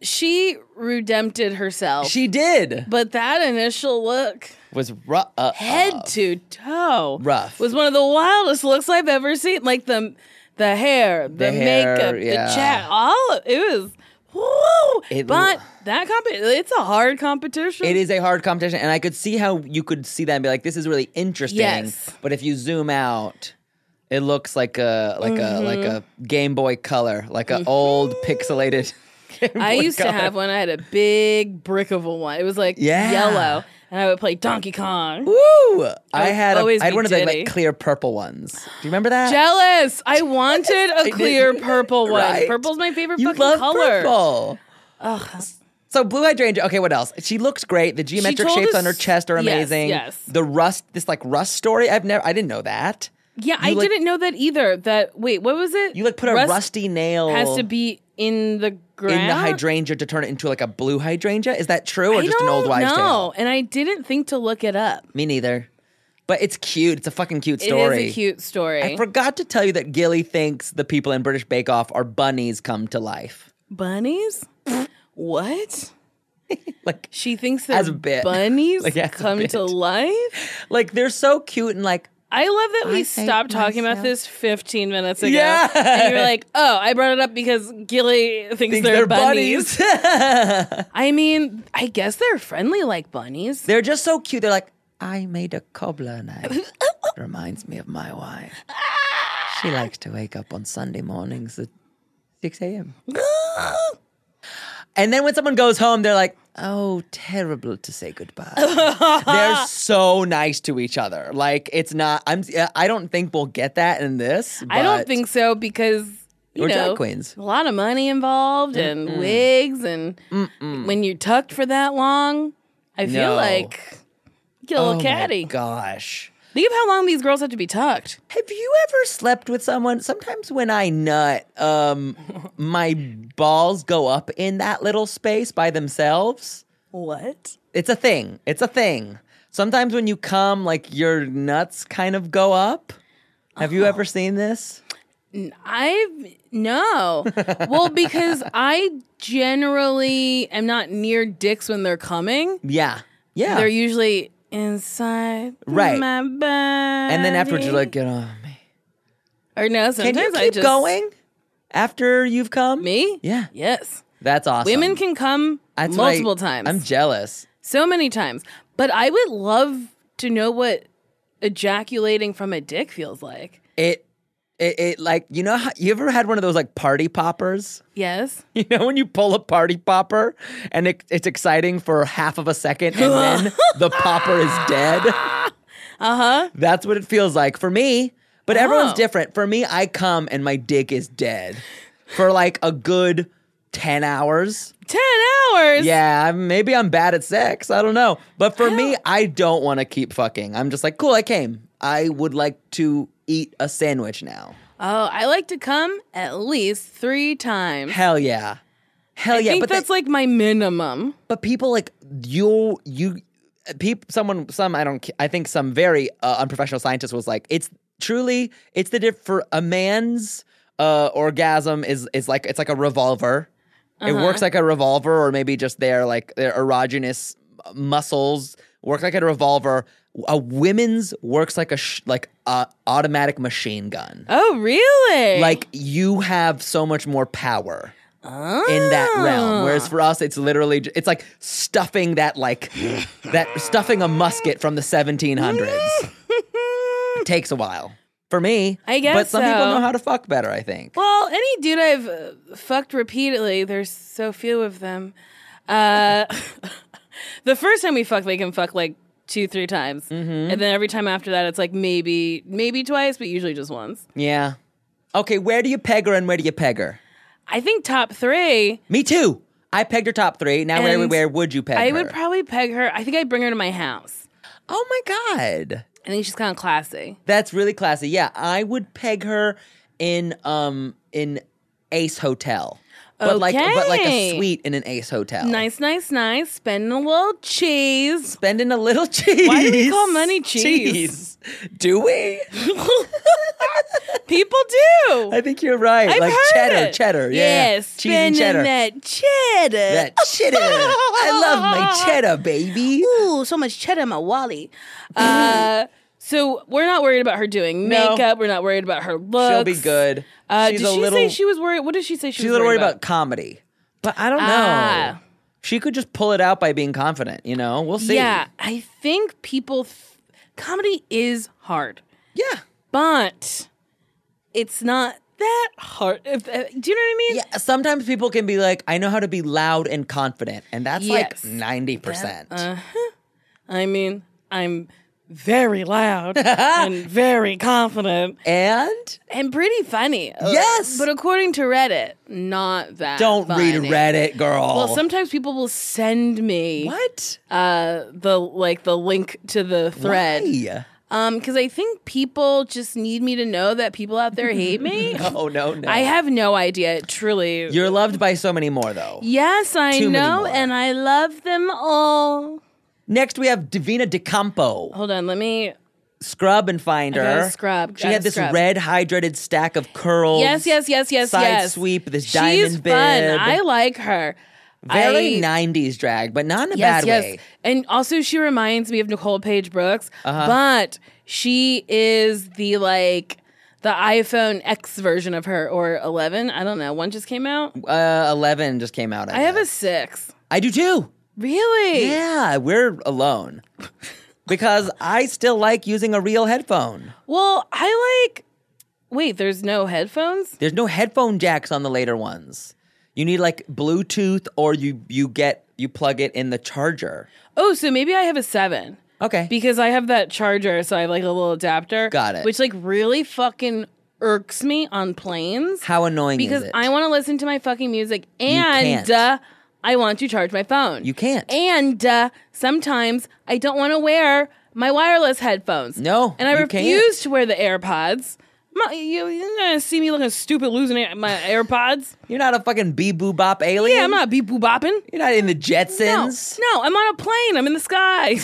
Speaker 3: She redempted herself.
Speaker 4: She did.
Speaker 3: but that initial look,
Speaker 4: Was rough. Uh,
Speaker 3: head to toe,
Speaker 4: rough.
Speaker 3: was one of the wildest looks I've ever seen. Like the the hair, the,
Speaker 4: hair,
Speaker 3: makeup,
Speaker 4: yeah.
Speaker 3: the chat, all of it was. Woo!
Speaker 4: It-
Speaker 3: but that comp, it's a hard competition.
Speaker 4: It is a hard competition, and I could see how you could see that and be like, "This is really interesting."
Speaker 3: Yes.
Speaker 4: But if you zoom out, it looks like a like a like a
Speaker 3: Mm-hmm.
Speaker 4: Game Boy Color, like an old pixelated. Game
Speaker 3: I
Speaker 4: Boy
Speaker 3: used to
Speaker 4: Color.
Speaker 3: have one. I had a big brick of a one. It was like
Speaker 4: Yeah.
Speaker 3: yellow, and I would play Donkey Kong.
Speaker 4: Woo! I
Speaker 3: I'll
Speaker 4: had a,
Speaker 3: always
Speaker 4: I had
Speaker 3: be
Speaker 4: one of the
Speaker 3: Diddy.
Speaker 4: like clear purple ones. Do you remember that?
Speaker 3: Jealous. I wanted a clear purple one.
Speaker 4: Right?
Speaker 3: Purple's my favorite
Speaker 4: you
Speaker 3: fucking
Speaker 4: love
Speaker 3: color.
Speaker 4: purple. So blue hydrangea. Okay, what else? She looks great. The geometric
Speaker 3: told
Speaker 4: shapes
Speaker 3: us-
Speaker 4: on her chest are
Speaker 3: Yes,
Speaker 4: amazing.
Speaker 3: yes.
Speaker 4: The rust, this like rust story. I've never. I didn't know that.
Speaker 3: Yeah, I
Speaker 4: You, like-
Speaker 3: didn't know that either. That wait, what was it?
Speaker 4: You like put a
Speaker 3: Rust
Speaker 4: rusty nail.
Speaker 3: has to be in the ground.
Speaker 4: in the hydrangea to turn it into like a blue hydrangea? Is that true or
Speaker 3: I
Speaker 4: just an
Speaker 3: don't
Speaker 4: old wives'
Speaker 3: know,
Speaker 4: tale?
Speaker 3: and I didn't think to look it up.
Speaker 4: Me neither. But it's cute. It's a fucking cute
Speaker 3: It
Speaker 4: story.
Speaker 3: is a cute story.
Speaker 4: I forgot to tell you that Gilly thinks the people in British Bake Off are bunnies come to life.
Speaker 3: bunnies? what?
Speaker 4: Like
Speaker 3: She thinks
Speaker 4: As
Speaker 3: that
Speaker 4: a bit.
Speaker 3: bunnies
Speaker 4: Like, as a
Speaker 3: come
Speaker 4: bit.
Speaker 3: to life.
Speaker 4: like they're so cute and like
Speaker 3: I love that we
Speaker 4: hate
Speaker 3: stopped talking about this 15 minutes ago.
Speaker 4: Yeah.
Speaker 3: And you were like, oh, I brought it up because Gilly thinks,
Speaker 4: think
Speaker 3: they're,
Speaker 4: they're
Speaker 3: bunnies.
Speaker 4: bunnies.
Speaker 3: I mean, I guess they're friendly like bunnies.
Speaker 4: they're just so cute. They're like, I made a cobbler knife. Reminds me of my wife. She likes to wake up on Sunday mornings at 6 a.m. Ah, And then when someone goes home, they're like, oh, terrible to say goodbye. they're so nice to each other. Like, it's not, I'm, I don't think we'll get that in this.
Speaker 3: I don't
Speaker 4: but
Speaker 3: think so because you
Speaker 4: We're drag
Speaker 3: know,
Speaker 4: queens.
Speaker 3: a lot of money involved and wigs, and when you're tucked for that long, I feel
Speaker 4: No.
Speaker 3: like Get a little
Speaker 4: Oh my
Speaker 3: catty.
Speaker 4: gosh.
Speaker 3: Think of how long these girls have to be tucked.
Speaker 4: Have you ever slept with someone? Sometimes when I nut, um, my balls go up in that little space by themselves.
Speaker 3: What?
Speaker 4: It's a thing. It's a thing. Sometimes when you come, like your nuts kind of go up. Have you
Speaker 3: Oh.
Speaker 4: ever seen this?
Speaker 3: I no. well, because I generally am not near dicks when they're coming.
Speaker 4: Yeah. Yeah.
Speaker 3: They're usually inside
Speaker 4: Ah. Right.
Speaker 3: my body.
Speaker 4: and then afterwards, you're like, get off me.
Speaker 3: or no, sometimes
Speaker 4: Can you
Speaker 3: I
Speaker 4: keep
Speaker 3: just
Speaker 4: going after you've come?
Speaker 3: Me?
Speaker 4: Yeah.
Speaker 3: Yes.
Speaker 4: That's awesome.
Speaker 3: Women can come
Speaker 4: That's what I-
Speaker 3: multiple times.
Speaker 4: I'm jealous.
Speaker 3: so many times. But I would love to know what ejaculating from a dick feels like.
Speaker 4: It, it, it like you know how you ever had one of those like party poppers?
Speaker 3: Yes.
Speaker 4: You know when you pull a party popper and it, it's exciting for half of a second and then the popper is dead? Uh huh. That's what it feels like for me. But everyone's
Speaker 3: Uh-huh. Oh.
Speaker 4: different. For me, I come and my dick is dead for like a good 10 hours.
Speaker 3: 10 hours.
Speaker 4: Yeah, I'm- maybe I'm bad at sex. I don't know. But for me, I don't want to keep fucking. I'm just like, cool, I came. I would like to eat a sandwich now.
Speaker 3: Oh, I like to come at least three times.
Speaker 4: Hell yeah. Hell
Speaker 3: I
Speaker 4: yeah.
Speaker 3: think
Speaker 4: but they-
Speaker 3: that's like my minimum.
Speaker 4: but people like you you people someone some i don't ca- i think some very uh, unprofessional scientist was like it's truly it's the diff for a man's uh orgasm is is like it's like a revolver it works like a revolver or maybe just their like their erogenous muscles work like a revolver a women's works like a sh- like a automatic machine gun
Speaker 3: Oh, really?
Speaker 4: like you have so much more power in that
Speaker 3: Ah.
Speaker 4: realm whereas for us it's literally j- it's like stuffing that like that stuffing a musket from the 1700s takes a while for me
Speaker 3: I guess
Speaker 4: but some people
Speaker 3: so.
Speaker 4: know how to fuck better i think
Speaker 3: well, any dude I've uh, fucked repeatedly, there's so few of them. Uh, the first time we fuck, they can fuck like two, three times.
Speaker 4: Mm-hmm.
Speaker 3: And then every time after that, it's like maybe, maybe twice, but usually just once.
Speaker 4: yeah okay where do you peg her and where do you peg her
Speaker 3: I think top three,
Speaker 4: me too i pegged her top three now where,
Speaker 3: And
Speaker 4: where would you peg
Speaker 3: I
Speaker 4: her
Speaker 3: would probably peg her. I think I'd bring her to my house.
Speaker 4: oh my god
Speaker 3: I think she's kind of classy.
Speaker 4: That's really classy. Yeah, I would peg her in um in Ace Hotel. But like but like a
Speaker 3: Okay.
Speaker 4: suite in an Ace Hotel.
Speaker 3: Nice, nice, nice. Spending a little cheese.
Speaker 4: Spending a little cheese.
Speaker 3: Why do we call money cheese?
Speaker 4: Cheese. Do we?
Speaker 3: People do.
Speaker 4: I think you're right.
Speaker 3: I've
Speaker 4: like
Speaker 3: heard
Speaker 4: cheddar,
Speaker 3: it.
Speaker 4: cheddar. Yeah.
Speaker 3: Yes,
Speaker 4: cheese and cheddar.
Speaker 3: that cheddar.
Speaker 4: That cheddar. I love my cheddar, baby.
Speaker 3: Ooh, so much cheddar in my wally. Uh, so we're not worried about her doing
Speaker 4: Mm-hmm. No.
Speaker 3: makeup. We're not worried about her looks.
Speaker 4: She'll be good.
Speaker 3: Uh,
Speaker 4: she's
Speaker 3: did
Speaker 4: a
Speaker 3: she
Speaker 4: little
Speaker 3: say she was worried? What did she say she
Speaker 4: she's a
Speaker 3: was
Speaker 4: little
Speaker 3: worried
Speaker 4: worried about comedy. But I don't know.
Speaker 3: Ah.
Speaker 4: She could just pull it out by being confident, you know? We'll see.
Speaker 3: Yeah, I think people. Th- comedy is hard,
Speaker 4: Yeah.
Speaker 3: but it's not that hard. If, uh, do you know what I mean?
Speaker 4: Yeah, sometimes people can be like, I know how to be loud and confident, and that's like
Speaker 3: Yes. Uh,
Speaker 4: 90%.
Speaker 3: I mean, I'm very loud and very confident
Speaker 4: and
Speaker 3: and pretty funny.
Speaker 4: Yes.
Speaker 3: But according to Reddit, not that.
Speaker 4: don't read
Speaker 3: funny.
Speaker 4: Reddit, girl.
Speaker 3: Well, sometimes people will send me
Speaker 4: what?
Speaker 3: uh the like the link to the thread.
Speaker 4: Why?
Speaker 3: Um cuz I think people just need me to know that people out there hate me.
Speaker 4: Oh, no, no.
Speaker 3: I have no idea, truly.
Speaker 4: You're loved by so many more, though.
Speaker 3: yes, I
Speaker 4: Too many
Speaker 3: know
Speaker 4: more.
Speaker 3: and I love them all.
Speaker 4: Next, we have Davina DeCampo.
Speaker 3: Hold on, let me
Speaker 4: Scrub and find
Speaker 3: gotta
Speaker 4: her.
Speaker 3: scrub,
Speaker 4: She
Speaker 3: gotta
Speaker 4: had this
Speaker 3: scrub.
Speaker 4: red, hydrated stack of curls.
Speaker 3: Yes, yes, yes, yes,
Speaker 4: Side
Speaker 3: yes.
Speaker 4: sweep, this
Speaker 3: She's
Speaker 4: diamond bib.
Speaker 3: fun. I like her.
Speaker 4: Very
Speaker 3: I-
Speaker 4: 90s drag, but not in a
Speaker 3: yes,
Speaker 4: bad
Speaker 3: yes.
Speaker 4: way.
Speaker 3: And also, she reminds me of Nicole Page Brooks,
Speaker 4: Uh-huh.
Speaker 3: but she is the like the iPhone X version of her or 11. I don't know. One just came out.
Speaker 4: Uh, 11 just came out.
Speaker 3: I have a six.
Speaker 4: I do too.
Speaker 3: Really?
Speaker 4: Yeah, we're alone. Because I still like using a real headphone.
Speaker 3: Well, I like. Wait, there's no headphones?
Speaker 4: There's no headphone jacks on the later ones. You need like Bluetooth or you you get you plug it in the charger.
Speaker 3: Oh, so maybe I have a seven.
Speaker 4: Okay.
Speaker 3: Because I have that charger, so I have like a little adapter.
Speaker 4: Got it.
Speaker 3: Which like really fucking irks me on planes.
Speaker 4: How annoying
Speaker 3: because
Speaker 4: is it?
Speaker 3: I want to listen to my fucking music and
Speaker 4: can't.
Speaker 3: uh, I want to charge my phone.
Speaker 4: You can't.
Speaker 3: And uh, sometimes I don't want to wear my wireless headphones.
Speaker 4: No,
Speaker 3: And I
Speaker 4: you can't.
Speaker 3: refuse to wear the AirPods. My, you, you're gonna see me looking stupid losing a- my AirPods.
Speaker 4: You're not a fucking bee boo bop alien.
Speaker 3: Yeah, I'm not beep boop bopping.
Speaker 4: You're not in the
Speaker 3: No,
Speaker 4: Jetsons.
Speaker 3: no, I'm on a plane. I'm in the sky.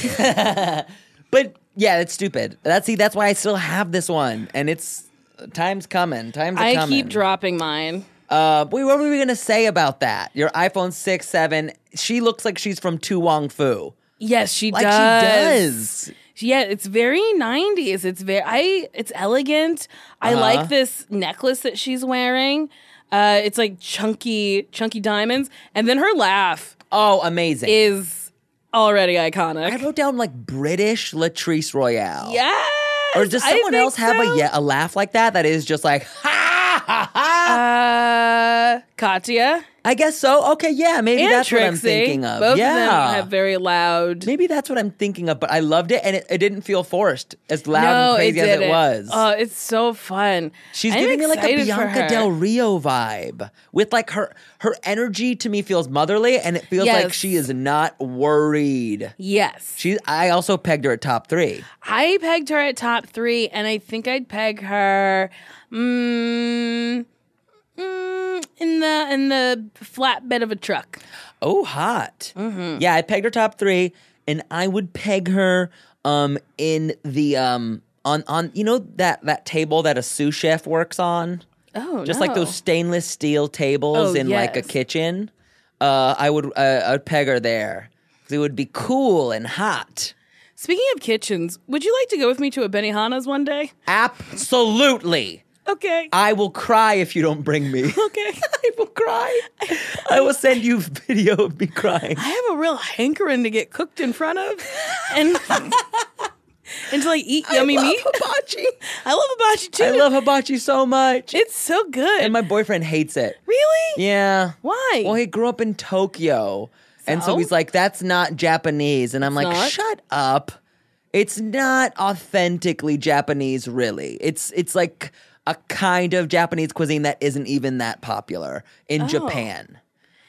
Speaker 4: But yeah, that's stupid. That's see, that's why I still have this one, and it's time's coming. Time's a
Speaker 3: I
Speaker 4: coming.
Speaker 3: keep dropping mine.
Speaker 4: Uh, wait, what were we gonna say about that? Your iPhone six, seven. She looks like she's from Tu Wong Fu.
Speaker 3: Yes, she
Speaker 4: Like
Speaker 3: does.
Speaker 4: she does.
Speaker 3: Yeah, it's very 90s. It's very I it's elegant. I
Speaker 4: Uh-huh.
Speaker 3: like this necklace that she's wearing. Uh it's like chunky chunky diamonds and then her laugh
Speaker 4: Oh, amazing.
Speaker 3: is already
Speaker 4: I
Speaker 3: iconic.
Speaker 4: wrote down like British Latrice Royale.
Speaker 3: Yes.
Speaker 4: Or does
Speaker 3: I
Speaker 4: someone
Speaker 3: think
Speaker 4: else have
Speaker 3: so.
Speaker 4: a, yeah, a laugh like that that is just like, ha ha ha?
Speaker 3: Uh Katya
Speaker 4: I guess so. Okay, yeah, maybe
Speaker 3: and
Speaker 4: that's
Speaker 3: Trixie.
Speaker 4: what I'm thinking of.
Speaker 3: Both
Speaker 4: yeah.
Speaker 3: of them have very loud
Speaker 4: Maybe that's what I'm thinking of, but I loved it and it, it didn't feel forced as loud and crazy as it
Speaker 3: didn't.
Speaker 4: was.
Speaker 3: Oh, it's so fun.
Speaker 4: She's
Speaker 3: I'm
Speaker 4: giving me like a
Speaker 3: excited for
Speaker 4: Bianca
Speaker 3: her.
Speaker 4: Del Rio vibe with like her her energy to me feels motherly and it feels like
Speaker 3: Yes.
Speaker 4: she is not worried.
Speaker 3: Yes.
Speaker 4: She I also pegged her at top 3.
Speaker 3: I pegged her at top three, and I think I'd peg her mm, mm, in the in the flatbed of a truck.
Speaker 4: Oh, hot.
Speaker 3: Mm-hmm.
Speaker 4: Yeah, I pegged her top three, and I would peg her um in the um on on you know that that table that a sous chef works on,
Speaker 3: Oh,
Speaker 4: just
Speaker 3: no.
Speaker 4: like those stainless steel tables
Speaker 3: Oh,
Speaker 4: in like a
Speaker 3: yes.
Speaker 4: kitchen. Uh, I would uh, I would peg her there 'Cause it would be cool and hot.
Speaker 3: Speaking of kitchens, would you like to go with me to a Benihana's one day?
Speaker 4: Absolutely.
Speaker 3: Okay.
Speaker 4: I will cry if you don't bring me.
Speaker 3: okay.
Speaker 4: I will cry. I will send you video of me crying.
Speaker 3: I have a real hankering to get cooked in front of, and and to like eat yummy
Speaker 4: I love
Speaker 3: meat.
Speaker 4: hibachi.
Speaker 3: I love hibachi too.
Speaker 4: I love hibachi so much.
Speaker 3: It's so good.
Speaker 4: And my boyfriend hates it.
Speaker 3: really?
Speaker 4: Yeah.
Speaker 3: Why?
Speaker 4: Well, he grew up in Tokyo. And so
Speaker 3: So?
Speaker 4: he's like, that's not Japanese. And I'm like,
Speaker 3: not?
Speaker 4: shut up. It's not authentically Japanese, really. It's it's like a kind of Japanese cuisine that isn't even that popular in Japan.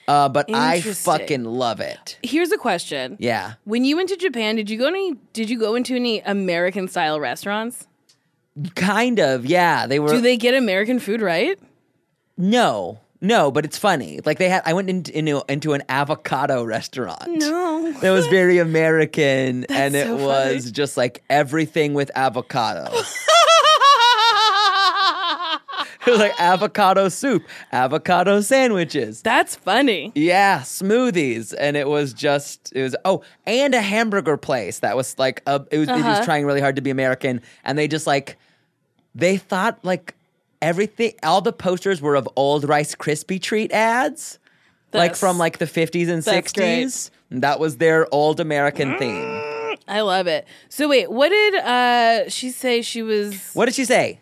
Speaker 4: Uh, but I
Speaker 3: Oh. Interesting.
Speaker 4: fucking love it.
Speaker 3: Here's a question.
Speaker 4: Yeah.
Speaker 3: When you went to Japan, did you go any? Did you go into any American style restaurants?
Speaker 4: Kind of, yeah. They were
Speaker 3: Do they get American food right?
Speaker 4: No. No, but it's funny. Like they had I went into into, into an avocado restaurant.
Speaker 3: No.
Speaker 4: That was very American, and it
Speaker 3: so funny.
Speaker 4: was just like everything with avocado. it was like avocado soup, avocado sandwiches,
Speaker 3: That's funny.
Speaker 4: yeah, smoothies, and it was just it was oh, and a hamburger place that was like a, it was it
Speaker 3: Uh-huh.
Speaker 4: was trying really hard to be American, and they just like they thought like everything, all the posters were of old Rice Krispie treat ads like
Speaker 3: That's-
Speaker 4: from like the 50s and
Speaker 3: That's
Speaker 4: 60s. And That was their old American theme.
Speaker 3: I love it. So wait, what did uh she say she was
Speaker 4: What did she say?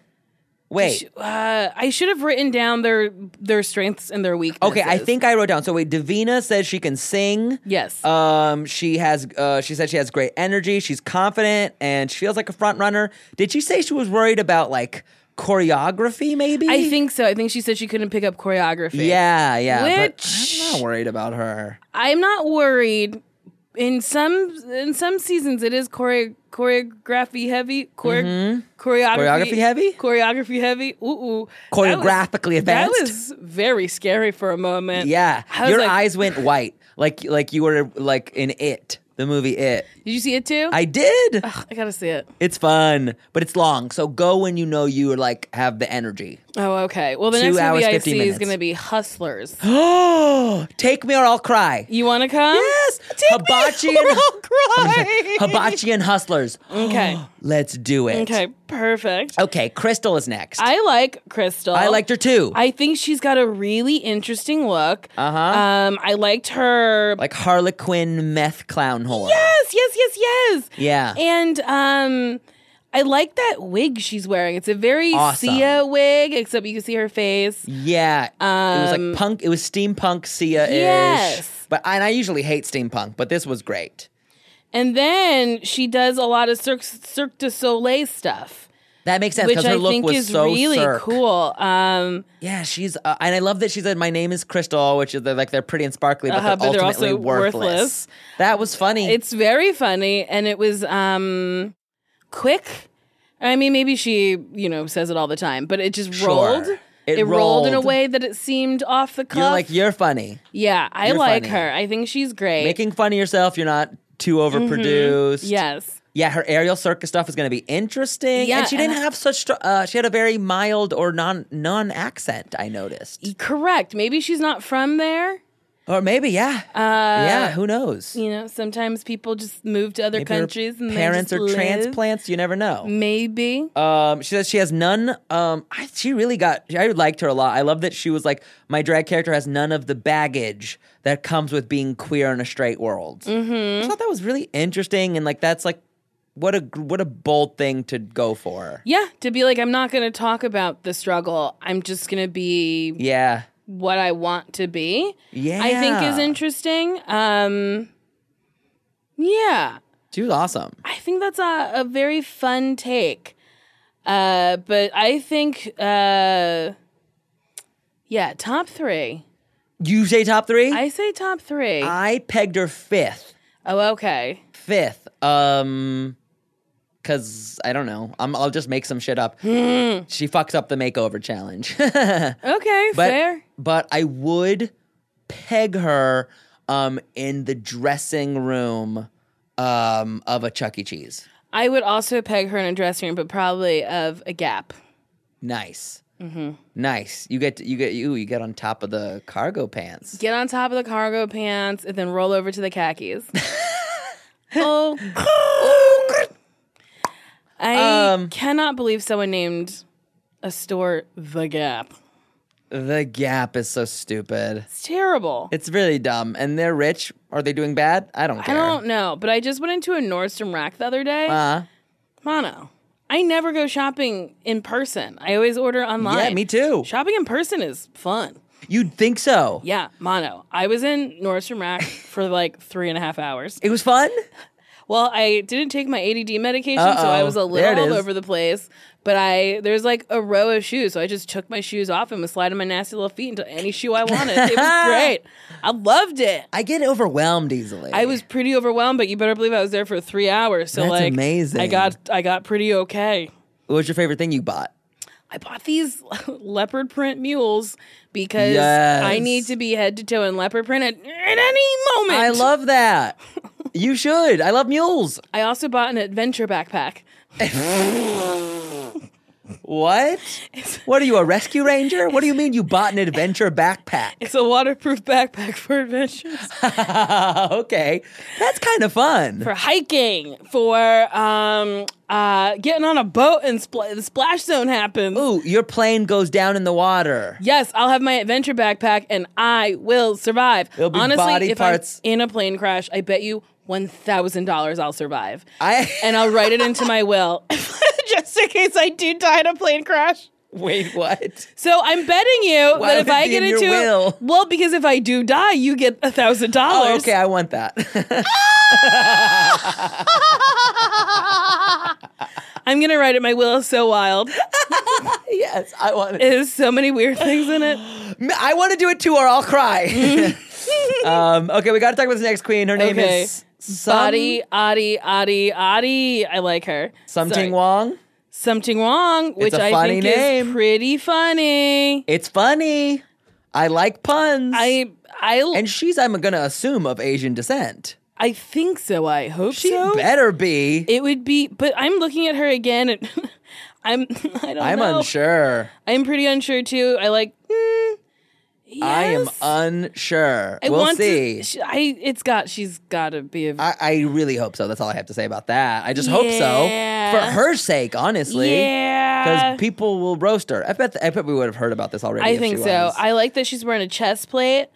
Speaker 4: Wait.
Speaker 3: sh- uh, I should have written down their their strengths and their weaknesses.
Speaker 4: okay, I think I wrote down. So wait, Davina says she can sing.
Speaker 3: Yes.
Speaker 4: Um, she has. Uh, she said she has great energy. She's confident and she feels like a front runner. Did she say she was worried about like choreography? Maybe.
Speaker 3: I think so. I think she said she couldn't pick up choreography.
Speaker 4: Yeah, yeah.
Speaker 3: Which-
Speaker 4: But I'm not worried about her.
Speaker 3: I'm not worried. In some in some seasons, it is chore- choreography heavy. Chore- Choreography
Speaker 4: Mm-hmm. Choreography heavy?
Speaker 3: Choreography heavy. Ooh, ooh.
Speaker 4: Choreographically
Speaker 3: that was,
Speaker 4: advanced?
Speaker 3: That was very scary for a moment.
Speaker 4: Yeah,
Speaker 3: I was
Speaker 4: your
Speaker 3: like-
Speaker 4: eyes went white, like like you were like in it, the movie It.
Speaker 3: Did you see it too?
Speaker 4: I did.
Speaker 3: I gotta see it.
Speaker 4: It's fun, but it's long. So go when you know you like have the energy.
Speaker 3: Oh, okay. Well, the
Speaker 4: Two
Speaker 3: next
Speaker 4: hours,
Speaker 3: movie I
Speaker 4: 50
Speaker 3: see
Speaker 4: minutes.
Speaker 3: is gonna be Hustlers.
Speaker 4: Oh, take me or I'll cry.
Speaker 3: You want to come?
Speaker 4: Yes,
Speaker 3: Take
Speaker 4: hibachi
Speaker 3: me or
Speaker 4: and-
Speaker 3: I'll cry.
Speaker 4: Hibachi and hustlers.
Speaker 3: Okay.
Speaker 4: Let's do it.
Speaker 3: Okay. Perfect.
Speaker 4: Okay, Crystal is next. I,
Speaker 3: I like Crystal.
Speaker 4: liked her too.
Speaker 3: I think she's got a really interesting look. Uh huh. Um, I liked her.
Speaker 4: Uh-huh. like Harlequin meth clown whore.
Speaker 3: yes, yes, yes, yes.
Speaker 4: Yeah.
Speaker 3: And um, I like that wig she's wearing. It's a very
Speaker 4: Awesome.
Speaker 3: Sia wig, except you can see her face.
Speaker 4: Yeah. it was like punk, it was steampunk Sia ish.
Speaker 3: Um, Yes.
Speaker 4: But and I usually hate steampunk, but this was great.
Speaker 3: And then she does a lot of Cirque, Cirque du Soleil stuff.
Speaker 4: That makes sense
Speaker 3: which
Speaker 4: because her
Speaker 3: I
Speaker 4: look
Speaker 3: think
Speaker 4: was
Speaker 3: is
Speaker 4: so
Speaker 3: really
Speaker 4: Cirque.
Speaker 3: cool. Um,
Speaker 4: Yeah, she's uh, and I love that she said my name is Crystal, which is they're like they're pretty and sparkly, but,
Speaker 3: Uh-huh,
Speaker 4: they're,
Speaker 3: but they're
Speaker 4: ultimately
Speaker 3: also
Speaker 4: worthless.
Speaker 3: worthless.
Speaker 4: That was funny.
Speaker 3: it's very funny, and it was um, quick. I mean, maybe she you know says it all the time, but it just rolled.
Speaker 4: Sure. It
Speaker 3: It, rolled in a
Speaker 4: rolled.
Speaker 3: way that it seemed off the cuff.
Speaker 4: you're like you're funny,
Speaker 3: yeah, I
Speaker 4: you're
Speaker 3: like
Speaker 4: funny.
Speaker 3: her. I think she's great.
Speaker 4: making fun of yourself. You're not too
Speaker 3: Mm-hmm.
Speaker 4: overproduced.
Speaker 3: yes.
Speaker 4: yeah. Her aerial circus stuff is going to be interesting.
Speaker 3: Yeah,
Speaker 4: and she didn't
Speaker 3: and I-
Speaker 4: have such. str- Uh, she had a very mild or non non accent. I noticed,
Speaker 3: Correct. Maybe she's not from there.
Speaker 4: or maybe yeah, uh, yeah. Who knows?
Speaker 3: You know, sometimes people just move to other
Speaker 4: Maybe her
Speaker 3: countries and they
Speaker 4: parents
Speaker 3: just
Speaker 4: are
Speaker 3: live.
Speaker 4: transplants. You never know.
Speaker 3: Maybe.
Speaker 4: Um, she says she has none. Um, I, she really got. I liked her a lot. I love that she was like, my drag character has none of the baggage that comes with being queer in a straight world. Mm-hmm. I thought that was really interesting, and like that's like, what a what a bold thing to go for.
Speaker 3: Yeah, to be like, I'm not going to talk about the struggle. I'm just going to be
Speaker 4: Yeah,
Speaker 3: what I want to be.
Speaker 4: yeah.
Speaker 3: I think is interesting. Um, yeah,
Speaker 4: She was awesome.
Speaker 3: I think that's a, a very fun take. Uh, but I think, uh, yeah, top three.
Speaker 4: You say top three?
Speaker 3: I say top three.
Speaker 4: I pegged her fifth.
Speaker 3: oh, okay.
Speaker 4: fifth. Um, because I don't know. I'm, I'll just make some shit up. she fucks up the makeover challenge,
Speaker 3: Okay,
Speaker 4: but
Speaker 3: fair.
Speaker 4: but I would peg her um in the dressing room um of a Chuck E. Cheese.
Speaker 3: I would also peg her in a dressing room, but probably of a gap.
Speaker 4: Nice.
Speaker 3: Mm-hmm.
Speaker 4: Nice. You get you get you you get on top of the cargo pants.
Speaker 3: Get on top of the cargo pants and then roll over to the khakis. oh, I
Speaker 4: Um,
Speaker 3: cannot believe someone named a store The Gap.
Speaker 4: The gap is so stupid.
Speaker 3: It's terrible.
Speaker 4: It's really dumb. And they're rich. Are they doing bad? I don't
Speaker 3: I
Speaker 4: care.
Speaker 3: don't know, but I just went into a Nordstrom rack the other day.
Speaker 4: Uh,
Speaker 3: Mono. I never go shopping in person. I always order online.
Speaker 4: yeah, me too.
Speaker 3: Shopping in person is fun.
Speaker 4: You'd think so.
Speaker 3: Yeah, mono. I was in Nordstrom Rack for like three and a half hours.
Speaker 4: It was fun.
Speaker 3: Well, I didn't take my ADD medication, so I
Speaker 4: Uh-oh.
Speaker 3: was a
Speaker 4: There it
Speaker 3: little all
Speaker 4: is.
Speaker 3: over the place. But I there's like a row of shoes, so I just took my shoes off and was sliding my nasty little feet into any shoe I wanted. it was great. I loved it.
Speaker 4: I get overwhelmed easily.
Speaker 3: I was pretty overwhelmed, but you better believe I was there for three hours. So
Speaker 4: That's
Speaker 3: like,
Speaker 4: amazing.
Speaker 3: I got I got pretty okay.
Speaker 4: What was your favorite thing you bought?
Speaker 3: I bought these leopard print mules because
Speaker 4: Yes.
Speaker 3: I need to be head to toe in leopard print at, at any moment.
Speaker 4: I love that. you should. I love mules.
Speaker 3: I also bought an adventure backpack.
Speaker 4: What? What are you, a rescue ranger? What do you mean you bought an adventure backpack?
Speaker 3: It's a waterproof backpack for adventures.
Speaker 4: Ah, okay. That's kind of fun.
Speaker 3: for hiking, for um, uh, getting on a boat and spl- the splash zone happens.
Speaker 4: Ooh, your plane goes down in the water.
Speaker 3: Yes, I'll have my adventure backpack and I will survive.
Speaker 4: There'll be
Speaker 3: Honestly,
Speaker 4: body
Speaker 3: if
Speaker 4: parts.
Speaker 3: I'm in a plane crash, I bet you one thousand dollars I'll survive,
Speaker 4: I
Speaker 3: and I'll write it into my will just in case I do die in a plane crash.
Speaker 4: wait. What?
Speaker 3: So I'm betting you that
Speaker 4: Why would
Speaker 3: if
Speaker 4: it
Speaker 3: I
Speaker 4: be
Speaker 3: get
Speaker 4: in your
Speaker 3: into a-
Speaker 4: will?
Speaker 3: well, because if I do die, you get a thousand
Speaker 4: Oh,
Speaker 3: dollars.
Speaker 4: okay. I want that.
Speaker 3: I'm gonna write it. My will is so wild.
Speaker 4: yes, I want it.
Speaker 3: There's so many weird things in it.
Speaker 4: I want to do it too, or I'll cry. um, okay, we got to talk about this next queen. Her name
Speaker 3: Okay.
Speaker 4: is Sum-
Speaker 3: Adi, Adi, Adi, Adi. I like her.
Speaker 4: Something
Speaker 3: Sorry.
Speaker 4: Wong.
Speaker 3: Something wrong, which
Speaker 4: a
Speaker 3: I
Speaker 4: funny
Speaker 3: think
Speaker 4: name.
Speaker 3: is pretty funny.
Speaker 4: It's funny. I like puns.
Speaker 3: I, I,
Speaker 4: and she's I'm gonna assume of Asian descent.
Speaker 3: I think so. I hope
Speaker 4: She
Speaker 3: so.
Speaker 4: better be.
Speaker 3: It would be, but I'm looking at her again, and I'm, I don't
Speaker 4: I'm
Speaker 3: know.
Speaker 4: unsure.
Speaker 3: I'm pretty unsure too. I like. mm,
Speaker 4: I am
Speaker 3: yes.
Speaker 4: unsure.
Speaker 3: I
Speaker 4: we'll
Speaker 3: want
Speaker 4: see.
Speaker 3: To, she, I. It's got. She's got to be a.
Speaker 4: I, I really hope so. That's all I have to say about that. I just hope so
Speaker 3: Yeah.
Speaker 4: for her sake, honestly.
Speaker 3: yeah.
Speaker 4: Because people will roast her. I bet. I bet we would have heard about this already.
Speaker 3: I
Speaker 4: if
Speaker 3: think
Speaker 4: she
Speaker 3: so.
Speaker 4: was.
Speaker 3: I like that she's wearing a chest plate.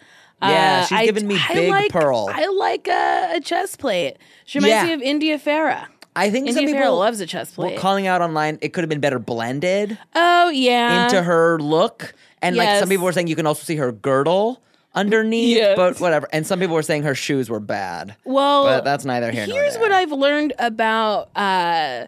Speaker 4: Yeah, she's giving me big
Speaker 3: like,
Speaker 4: pearl.
Speaker 3: I like a, a chest plate. She reminds
Speaker 4: Yeah.
Speaker 3: me of India Farah.
Speaker 4: I think
Speaker 3: India
Speaker 4: some
Speaker 3: Farah
Speaker 4: people
Speaker 3: loves a chest
Speaker 4: were
Speaker 3: plate.
Speaker 4: calling out online. It could have been better blended
Speaker 3: oh yeah,
Speaker 4: into her look, and like some
Speaker 3: yes.
Speaker 4: people were saying, you can also see her girdle underneath.
Speaker 3: Yes.
Speaker 4: But whatever. And some people were saying her shoes were bad.
Speaker 3: Well,
Speaker 4: But that's neither here nor
Speaker 3: Here's
Speaker 4: there.
Speaker 3: what I've learned about uh,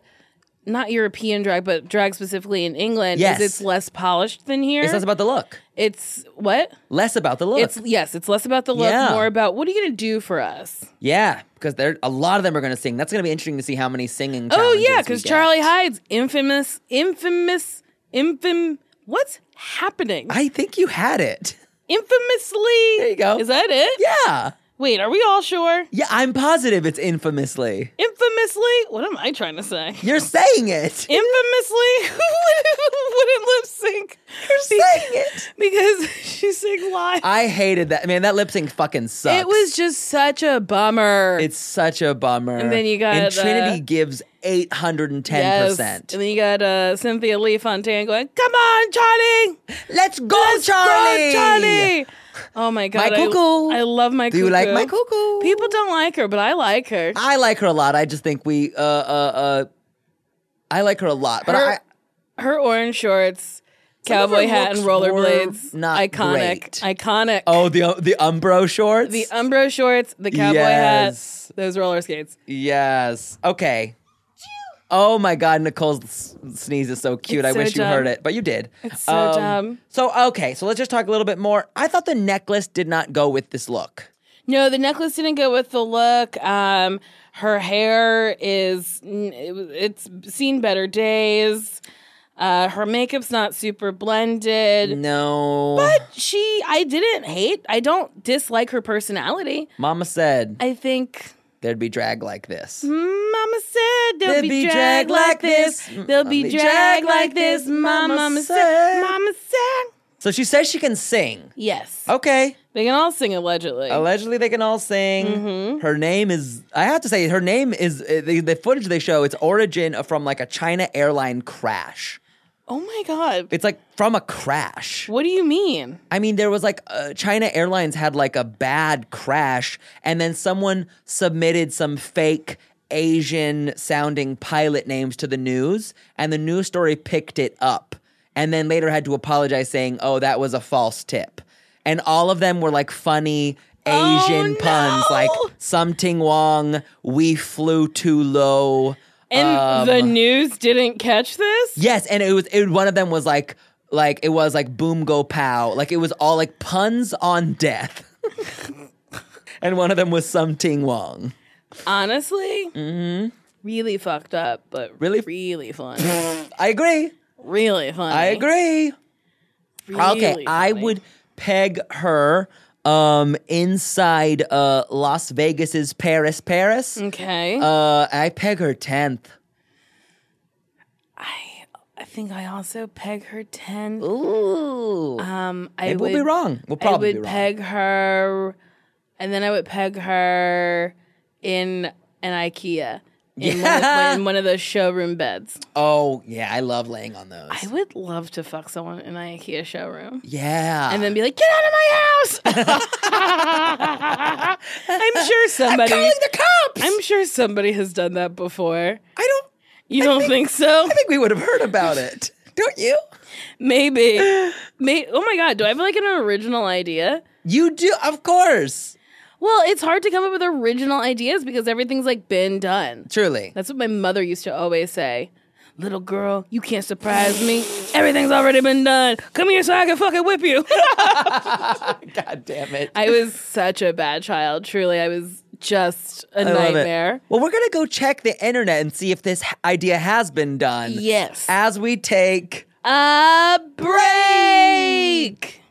Speaker 3: not European drag, but drag specifically in England,
Speaker 4: Yes.
Speaker 3: is it's less polished than here.
Speaker 4: It's less about the look.
Speaker 3: It's- what?
Speaker 4: Less about the look.
Speaker 3: It's yes, it's less about the look,
Speaker 4: Yeah.
Speaker 3: more about what are you gonna do for us?
Speaker 4: yeah, because there a lot of them are going to sing. That's going to be interesting to see how many singing.
Speaker 3: Oh
Speaker 4: challenges
Speaker 3: yeah,
Speaker 4: we
Speaker 3: because
Speaker 4: get.
Speaker 3: Charlie Hyde's infamous, infamous, infam. What's happening?
Speaker 4: I think you had it.
Speaker 3: Infamously.
Speaker 4: There you go.
Speaker 3: Is that it?
Speaker 4: Yeah,
Speaker 3: Wait, are we all sure?
Speaker 4: yeah. I'm positive it's infamously.
Speaker 3: Infamously. What am I trying to say?
Speaker 4: You're saying it.
Speaker 3: Infamously wouldn't lip sync. You're
Speaker 4: saying it.
Speaker 3: because she sang live.
Speaker 4: I hated that man. That lip sync fucking sucks.
Speaker 3: It was just such a bummer.
Speaker 4: It's such a bummer. And
Speaker 3: then you got,
Speaker 4: and Trinity
Speaker 3: uh,
Speaker 4: gives eight hundred and ten
Speaker 3: Yes.
Speaker 4: percent.
Speaker 3: And then you got uh, Cynthia Lee Fontaine going, "Come on, Charlie,
Speaker 4: Let's go,
Speaker 3: Let's go,
Speaker 4: Charlie.
Speaker 3: Charlie!" Oh my god, I-
Speaker 4: cuckoo.
Speaker 3: I, love my.
Speaker 4: Do you like my cuckoo?
Speaker 3: People don't like her, but I like her.
Speaker 4: I like her a lot. I just think we uh uh uh I like her a lot. But
Speaker 3: Her-
Speaker 4: I
Speaker 3: Her orange shorts,
Speaker 4: Some of her
Speaker 3: cowboy hat, and
Speaker 4: looks were
Speaker 3: rollerblades,
Speaker 4: not
Speaker 3: iconic,
Speaker 4: great.
Speaker 3: iconic.
Speaker 4: Oh, the the Umbro shorts?
Speaker 3: The Umbro shorts, the cowboy
Speaker 4: Yes.
Speaker 3: hat, those roller skates.
Speaker 4: yes. Okay. Oh my God, Nicole's s- sneeze is so cute.
Speaker 3: It's
Speaker 4: I
Speaker 3: so
Speaker 4: wish
Speaker 3: dumb.
Speaker 4: you heard it, but you did. Um,
Speaker 3: It's so dumb.
Speaker 4: So, okay, so let's just talk a little bit more. I thought the necklace did not go with this look.
Speaker 3: No, the necklace didn't go with the look. Um, her hair is n- it was- it's seen better days. Uh, her makeup's not super blended.
Speaker 4: No.
Speaker 3: But she, I didn't hate. I don't dislike her personality.
Speaker 4: Mama said
Speaker 3: I think
Speaker 4: there'd be drag like this.
Speaker 3: Mama said there'll be, drag, like this. There'll be drag like this. My mama said. Mama said.
Speaker 4: So she says she can sing.
Speaker 3: Yes,
Speaker 4: Okay.
Speaker 3: they can all sing allegedly.
Speaker 4: Allegedly, they can all sing.
Speaker 3: Mm-hmm.
Speaker 4: Her name is, I have to say, her name is, uh, the, the footage they show, its origin from like a China airline crash.
Speaker 3: oh my god.
Speaker 4: It's like from a crash.
Speaker 3: What do you mean?
Speaker 4: I mean, there was like uh, China Airlines had like a bad crash, and then someone submitted some fake Asian sounding pilot names to the news, and the news story picked it up, and then later had to apologize saying, "Oh, that was a false tip," and all of them were like funny.
Speaker 3: Oh,
Speaker 4: Asian puns like
Speaker 3: no.
Speaker 4: something wrong, we flew too low.
Speaker 3: And the news didn't catch this?
Speaker 4: Yes, and it was it, one of them was like like it was like boom go pow. Like it was all like puns on death. and one of them was some Ting Wong.
Speaker 3: Honestly, really fucked up, but
Speaker 4: Really-
Speaker 3: Mm-hmm. really, really fun.
Speaker 4: I agree.
Speaker 3: really fun.
Speaker 4: I agree. okay, I would peg her um inside uh Las Vegas's Paris Paris.
Speaker 3: Mm. Okay.
Speaker 4: Uh I peg her 10th.
Speaker 3: I think I also peg her 10.
Speaker 4: Ooh.
Speaker 3: Um, I
Speaker 4: Maybe
Speaker 3: would,
Speaker 4: we'll be wrong. We'll probably
Speaker 3: I would
Speaker 4: be wrong.
Speaker 3: peg her, and then I would peg her in an IKEA. In, one
Speaker 4: Yeah.
Speaker 3: of, in one of those showroom beds.
Speaker 4: oh, yeah, I love laying on those.
Speaker 3: I would love to fuck someone in an IKEA showroom.
Speaker 4: yeah.
Speaker 3: and then be like, "Get out of my house!" I'm sure somebody.
Speaker 4: calling the cops.
Speaker 3: I'm sure somebody has done that before.
Speaker 4: I don't
Speaker 3: You don't think, so?
Speaker 4: I think we would have heard about it. Don't you?
Speaker 3: Maybe. May- oh my god, do I have like an original idea?
Speaker 4: You do, of course.
Speaker 3: Well, it's hard to come up with original ideas because everything's like been done.
Speaker 4: Truly.
Speaker 3: That's what my mother used to always say. Little girl, you can't surprise me. Everything's already been done. Come here so I can fucking whip you.
Speaker 4: God damn it.
Speaker 3: I was such a bad child. Truly, I was just a nightmare.
Speaker 4: Well, we're going to go check the internet and see if this h- idea has been done.
Speaker 3: Yes.
Speaker 4: As we take.
Speaker 3: a break.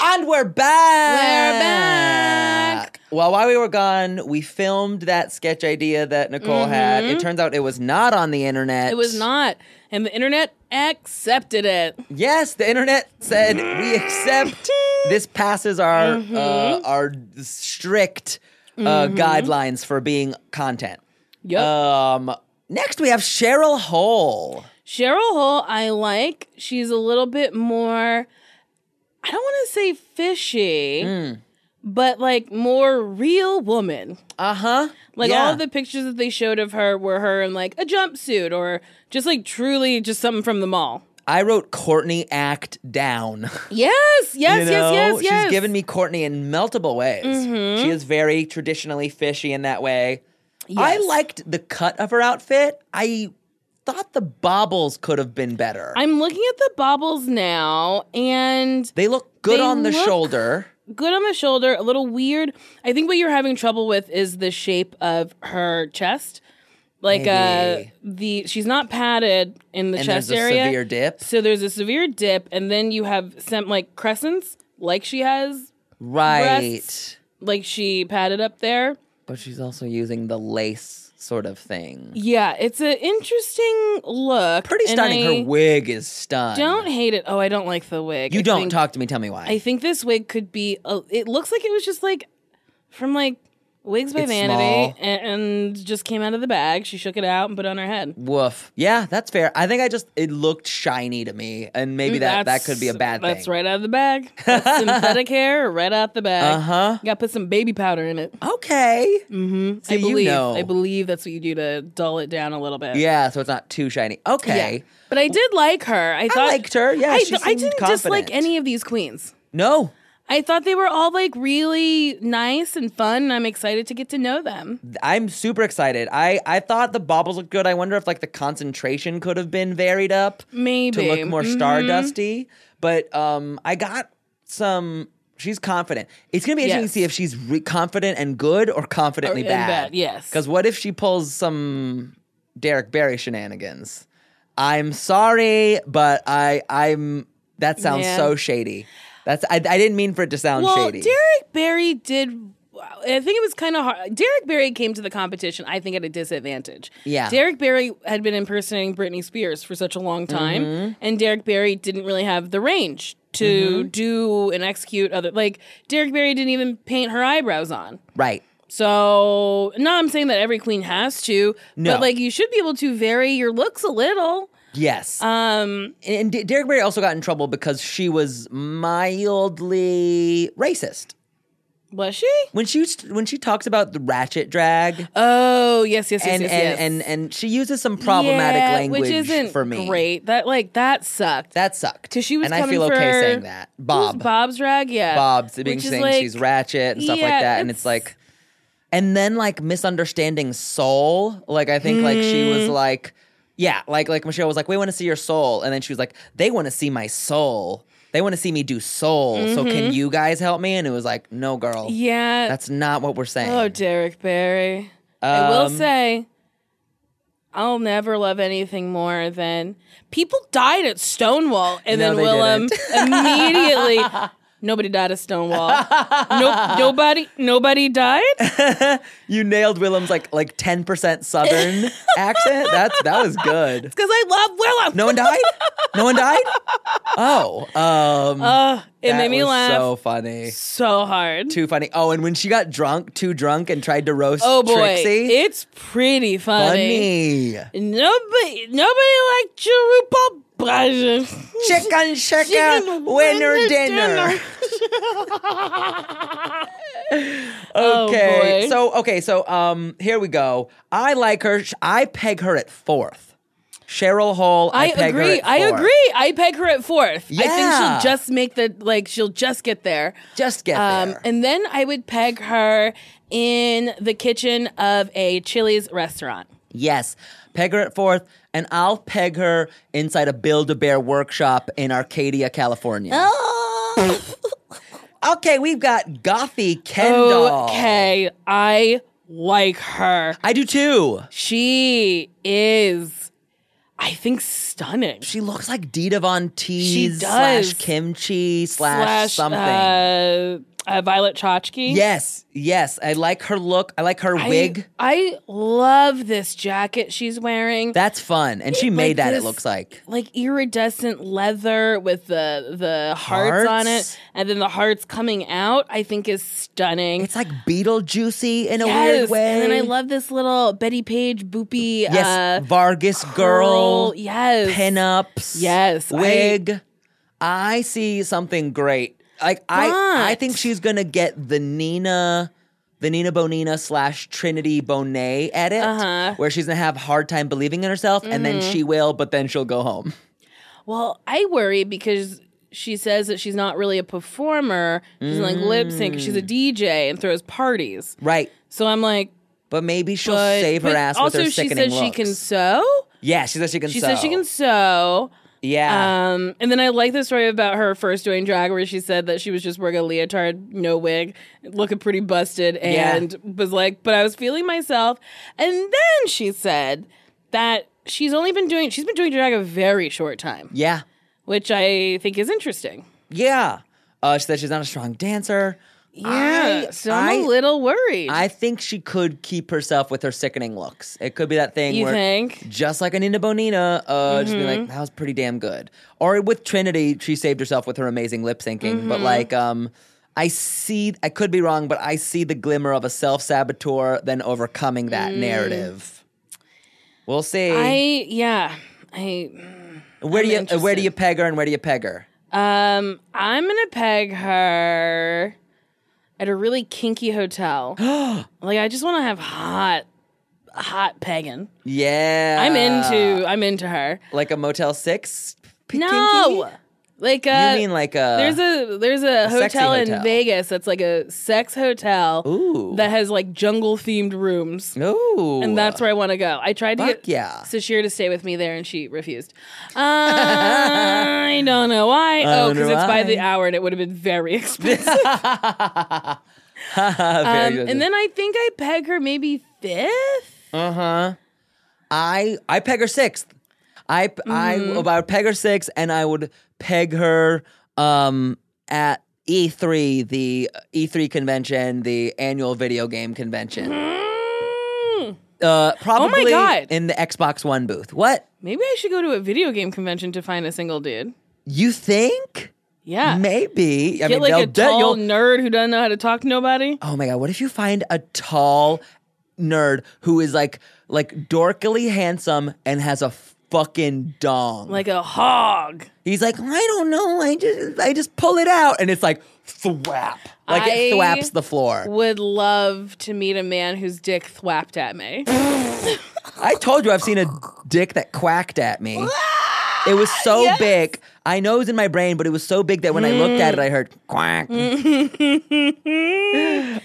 Speaker 4: And we're back. We're back. Well, while we were gone, we filmed that sketch idea that Nicole had. It turns out it was not on the internet.
Speaker 3: It was not, and the internet accepted it.
Speaker 4: Yes, the internet said we accept. This passes our
Speaker 3: Mm-hmm.
Speaker 4: uh, our strict uh, guidelines for being content.
Speaker 3: Yep.
Speaker 4: Um, next we have Cheryl Hole.
Speaker 3: Cheryl Hole, I like. She's a little bit more, I don't want to say fishy, but like more real woman.
Speaker 4: Uh huh.
Speaker 3: Uh-huh. Like all of the pictures that they showed of her were her in like a jumpsuit or just like truly just something from the mall.
Speaker 4: I wrote Courtney act down.
Speaker 3: Yes, yes, yes,
Speaker 4: you know?
Speaker 3: yes, yes. Mm-hmm.
Speaker 4: She's given me Courtney in multiple ways. She is very traditionally fishy in that way. I
Speaker 3: Yes.
Speaker 4: liked the cut of her outfit. I thought the bobbles could have been better.
Speaker 3: I'm looking at the bobbles now and
Speaker 4: they look good
Speaker 3: They
Speaker 4: on the
Speaker 3: look-
Speaker 4: shoulder.
Speaker 3: good on the shoulder, a little weird. I think what you're having trouble with is the shape of her chest. Like uh
Speaker 4: Maybe.
Speaker 3: the she's not padded in the
Speaker 4: And
Speaker 3: chest
Speaker 4: there's a
Speaker 3: area.
Speaker 4: severe dip.
Speaker 3: So there's a severe dip and then you have some like crescents like she has
Speaker 4: Right.
Speaker 3: breasts. like she padded up there.
Speaker 4: But she's also using the lace sort of thing.
Speaker 3: Yeah, it's an interesting look.
Speaker 4: Pretty
Speaker 3: and
Speaker 4: stunning.
Speaker 3: I
Speaker 4: her wig is stunning.
Speaker 3: Don't hate it. Oh, I don't like the wig.
Speaker 4: You
Speaker 3: I
Speaker 4: don't
Speaker 3: think-
Speaker 4: talk to me. Tell me why.
Speaker 3: I think this wig could be. A, it looks like it was just like from like Wigs by
Speaker 4: It's
Speaker 3: Vanity
Speaker 4: small.
Speaker 3: a- and, just came out of the bag. She shook it out and put it on her head.
Speaker 4: Woof. Yeah, that's fair. I think I just it looked shiny to me, and maybe that that could be a bad
Speaker 3: Mm, That's
Speaker 4: thing.
Speaker 3: right out of the bag. That's synthetic hair right out the bag.
Speaker 4: Uh huh.
Speaker 3: Got to put some baby powder in it.
Speaker 4: Okay.
Speaker 3: Mm-hmm.
Speaker 4: So
Speaker 3: I
Speaker 4: you
Speaker 3: believe.
Speaker 4: know.
Speaker 3: I believe that's what you do to dull it down a little bit.
Speaker 4: Yeah, so it's not too shiny. Okay.
Speaker 3: Yeah. But I did like her. I thought
Speaker 4: liked her. Yeah,
Speaker 3: I,
Speaker 4: she
Speaker 3: I
Speaker 4: seemed
Speaker 3: didn't
Speaker 4: confident.
Speaker 3: dislike any of these queens.
Speaker 4: No,
Speaker 3: I thought they were all like really nice and fun, and I'm excited to get to know them.
Speaker 4: I'm super excited. I I thought the baubles looked good. I wonder if like the concentration could have been varied up
Speaker 3: Maybe Mm,
Speaker 4: to look more
Speaker 3: Mm-hmm.
Speaker 4: stardusty. But um, I got some. She's confident. It's gonna be interesting
Speaker 3: Yes.
Speaker 4: to see if she's re- confident and good or confidently
Speaker 3: Or- and
Speaker 4: bad.
Speaker 3: bad, yes.
Speaker 4: Because what if she pulls some Derek Barry shenanigans? I'm sorry, but I I'm that sounds
Speaker 3: Yeah.
Speaker 4: so shady. That's I, I didn't mean for it to sound
Speaker 3: Well,
Speaker 4: shady.
Speaker 3: Derek Barry did. I think it was kind of hard. Derek Barry came to the competition, I think, at a disadvantage.
Speaker 4: Yeah.
Speaker 3: Derek Barry had been impersonating Britney Spears for such a long time,
Speaker 4: Mm-hmm.
Speaker 3: and Derek Barry didn't really have the range to do and execute other. Like, Derek Barry didn't even paint her eyebrows on.
Speaker 4: right.
Speaker 3: So, not I'm saying that every queen has to,
Speaker 4: No.
Speaker 3: but like, you should be able to vary your looks a little.
Speaker 4: Yes.
Speaker 3: Um,
Speaker 4: and, and D- Derek Barry also got in trouble because she was mildly racist
Speaker 3: was she?
Speaker 4: when she was- when she talks about the ratchet drag
Speaker 3: Oh, yes, yes, yes,
Speaker 4: and
Speaker 3: yes,
Speaker 4: and,
Speaker 3: yes.
Speaker 4: and and she uses some problematic
Speaker 3: Yeah,
Speaker 4: language
Speaker 3: which isn't
Speaker 4: for me.
Speaker 3: Great. That like that sucked.
Speaker 4: That sucked.
Speaker 3: 'Cause she was
Speaker 4: and I
Speaker 3: coming
Speaker 4: feel okay
Speaker 3: for-
Speaker 4: saying that. Bob.
Speaker 3: Who's Bob's drag, yeah.
Speaker 4: Bob's being
Speaker 3: Which is
Speaker 4: saying
Speaker 3: like-
Speaker 4: she's ratchet and stuff like
Speaker 3: yeah,
Speaker 4: that. And
Speaker 3: it's-
Speaker 4: it's like and then like misunderstanding soul. Like I think like she
Speaker 3: Mm.
Speaker 4: was like yeah, like like Michelle was like, We want to see your soul. And then she was like, They want to see my soul. They want to see me do soul. So can you guys help me? And it was like, No girl.
Speaker 3: Mm-hmm. Yeah.
Speaker 4: That's not what we're saying.
Speaker 3: oh, Derek Barry. I will
Speaker 4: Um,
Speaker 3: say, I'll never love anything more than people died at Stonewall, and
Speaker 4: No,
Speaker 3: then
Speaker 4: they
Speaker 3: Willem immediately. Nobody died at Stonewall. No, nobody, nobody died.
Speaker 4: You nailed Willem's like like ten percent southern accent. That's that was good.
Speaker 3: Because I love Willem.
Speaker 4: No one died? No one died? Oh. Um
Speaker 3: Ugh, it
Speaker 4: that
Speaker 3: made me
Speaker 4: was
Speaker 3: laugh
Speaker 4: so funny.
Speaker 3: so hard.
Speaker 4: too funny. Oh, and when she got drunk, too drunk, and tried to roast
Speaker 3: Oh boy,
Speaker 4: Trixie.
Speaker 3: it's pretty funny.
Speaker 4: funny.
Speaker 3: Nobody, nobody liked your RuPaul version.
Speaker 4: Chicken, chicken, winner, dinner. Oh, Okay,
Speaker 3: Oh, boy.
Speaker 4: so okay, so um, here we go. I like her. Sh- I peg her at fourth. Cheryl Hall. I,
Speaker 3: I
Speaker 4: peg her
Speaker 3: agree.
Speaker 4: at
Speaker 3: I
Speaker 4: fourth.
Speaker 3: agree. I peg her at fourth. I
Speaker 4: Yeah.
Speaker 3: think she'll just make the like. She'll just get there.
Speaker 4: Just get
Speaker 3: Um,
Speaker 4: there.
Speaker 3: and then I would peg her in the kitchen of a Chili's restaurant.
Speaker 4: Yes. Peg her at fourth, and I'll peg her inside a Build a Bear workshop in Arcadia, California.
Speaker 3: Oh.
Speaker 4: okay, we've got Gothy
Speaker 3: Oh,
Speaker 4: Kendall.
Speaker 3: Okay, I like her.
Speaker 4: I do too.
Speaker 3: She is, I think, stunning.
Speaker 4: She looks like Dita Von Teese
Speaker 3: does.
Speaker 4: slash kimchi
Speaker 3: Slash,
Speaker 4: slash, something.
Speaker 3: uh, uh, Violet Chachki.
Speaker 4: Yes, yes. I like her look. I like her
Speaker 3: I-
Speaker 4: wig.
Speaker 3: I love this jacket she's wearing.
Speaker 4: That's fun. And she made that,
Speaker 3: this-
Speaker 4: it looks like.
Speaker 3: like iridescent leather with the the hearts, on
Speaker 4: Hearts?
Speaker 3: it and then the hearts coming out i think is stunning
Speaker 4: It's like Beetlejuicy in a
Speaker 3: yes.
Speaker 4: weird way.
Speaker 3: and then i love this little betty page boopy
Speaker 4: Yes,
Speaker 3: uh
Speaker 4: Vargas girl,
Speaker 3: curl. yes
Speaker 4: pinups.
Speaker 3: Yes, I-
Speaker 4: Wig. I, see something great. Like I I
Speaker 3: But-
Speaker 4: think she's gonna get the Nina the Nina Bonina slash Trinity Bonet edit
Speaker 3: Uh-huh. Mm-hmm.
Speaker 4: where she's gonna have a hard time believing in herself and then she will, but then she'll go home.
Speaker 3: well i worry because she says that she's not really a performer she's like lip sync
Speaker 4: Mm.
Speaker 3: she's a dj and throws parties
Speaker 4: Right.
Speaker 3: so i'm like
Speaker 4: But maybe she'll
Speaker 3: but,
Speaker 4: save her
Speaker 3: but
Speaker 4: ass
Speaker 3: also
Speaker 4: with her
Speaker 3: she
Speaker 4: sickening
Speaker 3: says she
Speaker 4: looks.
Speaker 3: can sew
Speaker 4: yeah, she says she can
Speaker 3: she
Speaker 4: sew.
Speaker 3: says she can sew
Speaker 4: Yeah.
Speaker 3: Um, and then I like the story about her first doing drag, where she said that she was just wearing a leotard, no wig, looking pretty busted,
Speaker 4: Yeah.
Speaker 3: and was like, "But I was feeling myself." And then she said that she's only been doing she's been doing drag a very short time,
Speaker 4: yeah.
Speaker 3: which I think is interesting.
Speaker 4: Yeah. Uh, she said she's not a strong dancer.
Speaker 3: Yeah,
Speaker 4: I-
Speaker 3: so I'm
Speaker 4: I-
Speaker 3: a little worried.
Speaker 4: I think she could keep herself with her sickening looks. It could be that thing
Speaker 3: you
Speaker 4: where,
Speaker 3: think? Mm-hmm.
Speaker 4: just like Anina Bonina, uh, just be like, that was pretty damn good. Or with Trinity, she saved herself with her amazing lip syncing.
Speaker 3: Mm-hmm.
Speaker 4: But like, um, I see, I could be wrong, but I see the glimmer of a self saboteur then overcoming that narrative. We'll see.
Speaker 3: Mm. I yeah. I
Speaker 4: where do
Speaker 3: I'm
Speaker 4: you uh, where do
Speaker 3: interested.
Speaker 4: you peg her and where do you peg her?
Speaker 3: um I'm gonna peg her at a really kinky hotel. like I just want to have hot, hot pegging.
Speaker 4: Yeah,
Speaker 3: I'm into I'm into her.
Speaker 4: like a Motel Six. p-
Speaker 3: No,
Speaker 4: kinky?
Speaker 3: like uh,
Speaker 4: you mean like a
Speaker 3: there's a there's a
Speaker 4: sexy
Speaker 3: hotel in
Speaker 4: hotel.
Speaker 3: Vegas that's like a sex hotel
Speaker 4: Ooh.
Speaker 3: that has like jungle themed rooms.
Speaker 4: no,
Speaker 3: And that's where I want to go. I tried to
Speaker 4: Fuck
Speaker 3: get
Speaker 4: yeah.
Speaker 3: Sashir to stay with me there, and she refused. I don't know why. oh,
Speaker 4: wonder
Speaker 3: because it's by
Speaker 4: why.
Speaker 3: the hour, and it would have been very expensive.
Speaker 4: Very
Speaker 3: Um,
Speaker 4: good.
Speaker 3: and then I think I peg her maybe fifth.
Speaker 4: Uh-huh. I I peg her sixth. I I
Speaker 3: Mm-hmm.
Speaker 4: about peg her sixth, and I would peg her um at E3, the E3 convention, the annual video game convention.
Speaker 3: Mm,
Speaker 4: Uh, probably
Speaker 3: Mm-hmm. Oh God.
Speaker 4: in the Xbox One booth. What
Speaker 3: maybe I should go to a video game convention to find a single dude.
Speaker 4: you think?
Speaker 3: Yeah.
Speaker 4: Maybe I
Speaker 3: Get
Speaker 4: mean they'll
Speaker 3: like a
Speaker 4: de-
Speaker 3: tall
Speaker 4: you'll-
Speaker 3: nerd who doesn't know how to talk to nobody.
Speaker 4: Oh my god! What if you find a tall nerd who is like like dorkily handsome and has a fucking dong?
Speaker 3: Like a hog.
Speaker 4: He's like, I don't know. I just, I just pull it out, and it's like thwap, like
Speaker 3: I-
Speaker 4: it thwaps the floor.
Speaker 3: Would love to meet a man whose dick thwapped at me.
Speaker 4: I told you, I've seen a dick that quacked at me. It was so big. I know it was in my brain, but it was so big that when I looked at it, I heard quack.
Speaker 3: I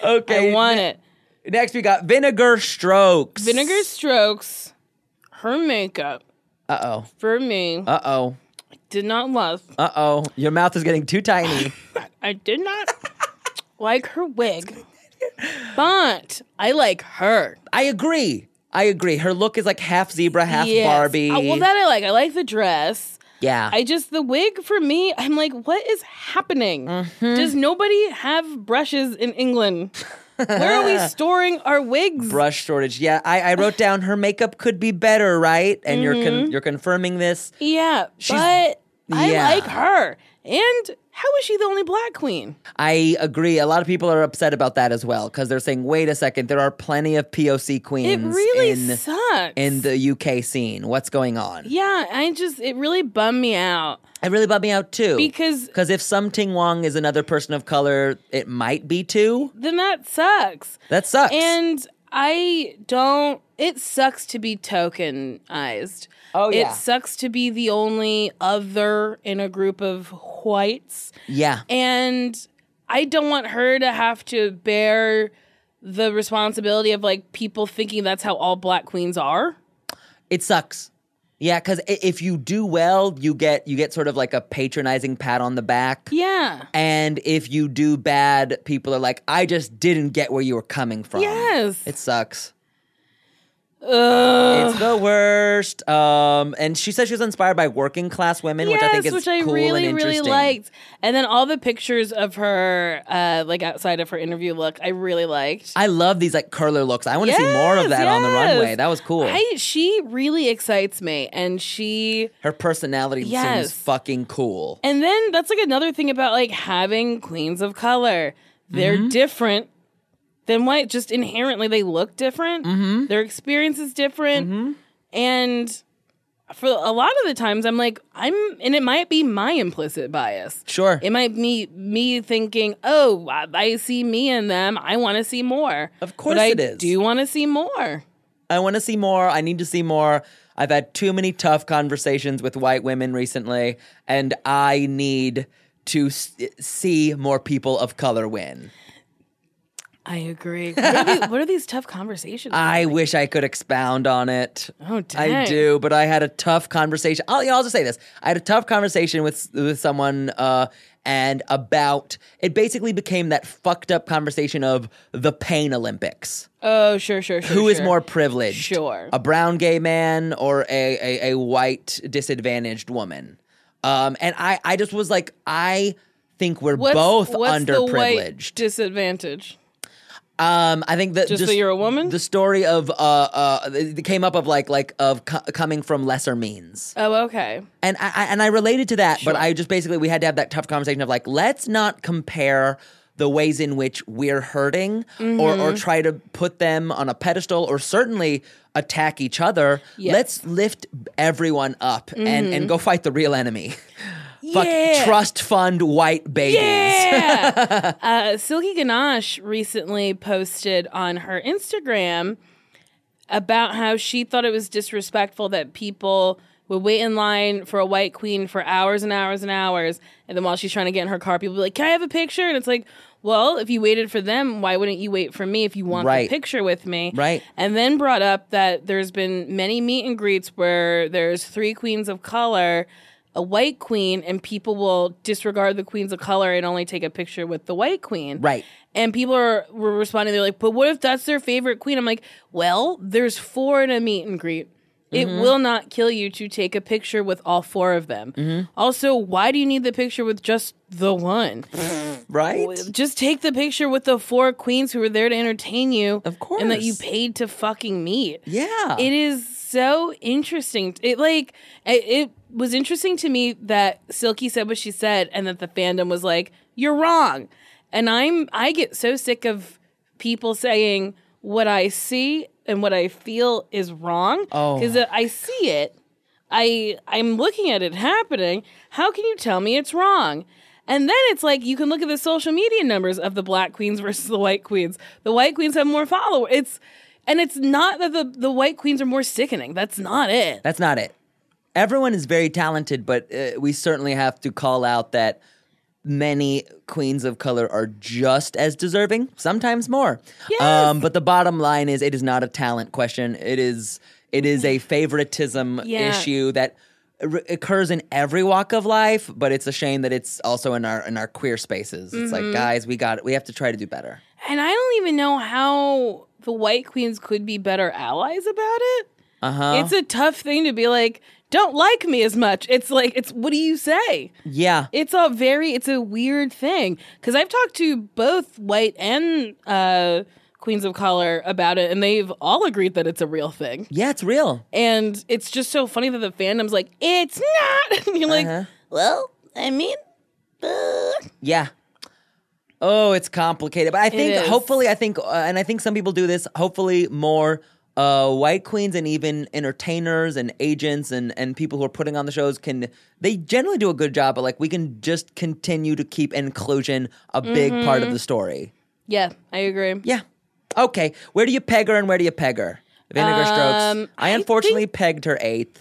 Speaker 4: okay,
Speaker 3: want it.
Speaker 4: next we got vinegar strokes.
Speaker 3: Vinegar strokes her makeup
Speaker 4: Uh oh.
Speaker 3: for me.
Speaker 4: Uh oh.
Speaker 3: Did not love.
Speaker 4: Uh oh. Your mouth is getting too tiny.
Speaker 3: I did not like her wig. But I like her.
Speaker 4: I agree. I agree. Her look is like half zebra, half
Speaker 3: Yes.
Speaker 4: Barbie.
Speaker 3: Oh, well, that I like. I like the dress.
Speaker 4: yeah.
Speaker 3: I just the wig for me. I'm like, what is happening?
Speaker 4: Mm-hmm.
Speaker 3: Does nobody have brushes in England? Where are we storing our wigs?
Speaker 4: brush shortage. Yeah, I, I wrote down her makeup could be better, right? And you're
Speaker 3: Mm-hmm.
Speaker 4: con- you're confirming this.
Speaker 3: yeah, but I
Speaker 4: Yeah.
Speaker 3: like her. And how is she the only black queen?
Speaker 4: I agree. A lot of people are upset about that as well because they're saying, wait a second, there are plenty of POC
Speaker 3: It
Speaker 4: queens
Speaker 3: really
Speaker 4: in
Speaker 3: sucks.
Speaker 4: in the UK scene. What's going on?
Speaker 3: yeah, I just it really bummed me out
Speaker 4: It really bummed me out too.
Speaker 3: because
Speaker 4: because if Sum Ting Wong is another person of color, it might be too.
Speaker 3: then that sucks.
Speaker 4: That sucks.
Speaker 3: And I don't. It sucks to be tokenized.
Speaker 4: Oh, yeah.
Speaker 3: It sucks to be the only other in a group of whites.
Speaker 4: yeah,
Speaker 3: And I don't want her to have to bear the responsibility of like people thinking that's how all black queens are.
Speaker 4: it sucks. Yeah, because if you do well, you get you get sort of like a patronizing pat on the back.
Speaker 3: Yeah.
Speaker 4: And if you do bad, people are like, I just didn't get where you were coming from.
Speaker 3: Yes.
Speaker 4: It sucks. It's the worst. Um, and she said she was inspired by working class women, which I think is
Speaker 3: which I
Speaker 4: cool
Speaker 3: really,
Speaker 4: and
Speaker 3: really
Speaker 4: interesting.
Speaker 3: liked. And then all the pictures of her, uh, like outside of her interview look, I really liked.
Speaker 4: I love these like curler looks. I want to see more of that on the runway. That was cool.
Speaker 3: I, she really excites me, and she,
Speaker 4: Her personality
Speaker 3: Yes.
Speaker 4: seems fucking cool.
Speaker 3: and then that's like another thing about like having queens of color. They're
Speaker 4: Mm-hmm.
Speaker 3: different than white. Just inherently, they look different.
Speaker 4: Mm-hmm.
Speaker 3: Their experience is different, and for a lot of the times, I'm like, I'm, and it might be my implicit bias.
Speaker 4: Sure.
Speaker 3: It might be me thinking, oh, I- I see me in them. I want to see more.
Speaker 4: Of course
Speaker 3: but I
Speaker 4: it is.
Speaker 3: do want to see more.
Speaker 4: I want to see more. I need to see more. I've had too many tough conversations with white women recently, and I need to s- see more people of color win.
Speaker 3: I agree. What are, the- what are these tough conversations?
Speaker 4: I wish I could expound on it.
Speaker 3: Oh,
Speaker 4: I
Speaker 3: dang.
Speaker 4: do, but I had a tough conversation. I'll, you know, I'll just say this: I had a tough conversation with with someone, uh, and about it. Basically, became that fucked up conversation of the pain Olympics.
Speaker 3: oh, sure, sure, sure.
Speaker 4: Who is
Speaker 3: sure.
Speaker 4: more privileged?
Speaker 3: Sure.
Speaker 4: A brown gay man or a, a, a white disadvantaged woman? Um, and I, I just was like, I think we're
Speaker 3: What's-
Speaker 4: both
Speaker 3: what's the white
Speaker 4: underprivileged.
Speaker 3: disadvantage.
Speaker 4: um, I think that
Speaker 3: Just, so you're a woman.
Speaker 4: The story of uh uh it came up of like like of co- coming from lesser means,
Speaker 3: oh, okay.
Speaker 4: and I, I and I related to that, but I just basically we had to have that tough conversation of like let's not compare the ways in which we're hurting or
Speaker 3: Mm-hmm.
Speaker 4: or try to put them on a pedestal or certainly attack each other.
Speaker 3: Yes.
Speaker 4: Let's lift everyone up and and go fight the real enemy. Fuck
Speaker 3: Mm-hmm. Yeah.
Speaker 4: trust fund white babies.
Speaker 3: Yeah. uh, Silky Ganache recently posted on her Instagram about how she thought it was disrespectful that people would wait in line for a white queen for hours and hours and hours. And then while she's trying to get in her car, people be like, Can I have a picture? And it's like, well, if you waited for them, why wouldn't you wait for me if you want
Speaker 4: Right.
Speaker 3: the picture with me?
Speaker 4: Right.
Speaker 3: And then brought up that there's been many meet and greets where there's three queens of color, a white queen, and people will disregard the queens of color and only take a picture with the white queen.
Speaker 4: Right.
Speaker 3: And people are were responding, they're like, but what if that's their favorite queen? I'm like, well, there's four in a meet and greet. It
Speaker 4: Mm-hmm.
Speaker 3: will not kill you to take a picture with all four of them.
Speaker 4: Mm-hmm.
Speaker 3: Also, why do you need the picture with just the one?
Speaker 4: Right?
Speaker 3: Just take the picture with the four queens who were there to entertain you.
Speaker 4: Of
Speaker 3: And that you
Speaker 4: course.
Speaker 3: paid to fucking meet.
Speaker 4: Yeah.
Speaker 3: It is so interesting. It like it, it was interesting to me that Silky said what she said and that the fandom was like, "You're wrong." And I'm I get so sick of people saying what I see and what I feel is wrong
Speaker 4: Oh.
Speaker 3: cuz I see it. I I'm looking at it happening. How can you tell me it's wrong? And then it's like you can look at the social media numbers of the black queens versus the white queens. The white queens have more followers. It's and it's not that the, the white queens are more sickening. That's not it.
Speaker 4: That's not it. Everyone is very talented, but uh, we certainly have to call out that many queens of color are just as deserving, sometimes more.
Speaker 3: Yes.
Speaker 4: Um, but the bottom line is it is not a talent question. It is it is a favoritism
Speaker 3: Yeah.
Speaker 4: issue that r- occurs in every walk of life, but it's a shame that it's also in our in our queer spaces. It's
Speaker 3: Mm-hmm.
Speaker 4: like, guys, we got it. We have to try to do better.
Speaker 3: And I don't even know how the white queens could be better allies about it.
Speaker 4: Uh-huh.
Speaker 3: It's a tough thing to be like, don't like me as much. It's like it's what do you say?
Speaker 4: yeah.
Speaker 3: It's a very it's a weird thing because I've talked to both white and uh, queens of color about it, and they've all agreed that it's a real thing.
Speaker 4: yeah, it's real.
Speaker 3: And it's just so funny that the fandom's like, it's not. and you're like, well, I mean, uh,
Speaker 4: Yeah. Oh, it's complicated. But I think,
Speaker 3: is.
Speaker 4: hopefully, I think, uh, and I think some people do this, hopefully, more uh, white queens and even entertainers and agents and, and people who are putting on the shows can, they generally do a good job, but like we can just continue to keep inclusion a big part of the story.
Speaker 3: yeah, I agree.
Speaker 4: Yeah. Okay. Where do you peg her and where do you peg her? Vinegar
Speaker 3: Um,
Speaker 4: strokes.
Speaker 3: I
Speaker 4: I unfortunately pegged her eighth.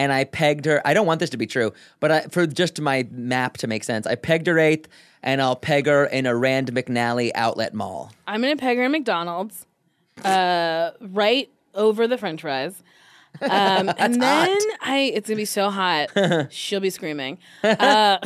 Speaker 4: And I pegged her. I don't want this to be true, but I, for just my map to make sense, I pegged her eighth, and I'll peg her in a Rand McNally outlet mall.
Speaker 3: I'm gonna peg her in McDonald's, uh, right over the French fries. Um, and then I, it's gonna be so hot, she'll be screaming. Uh,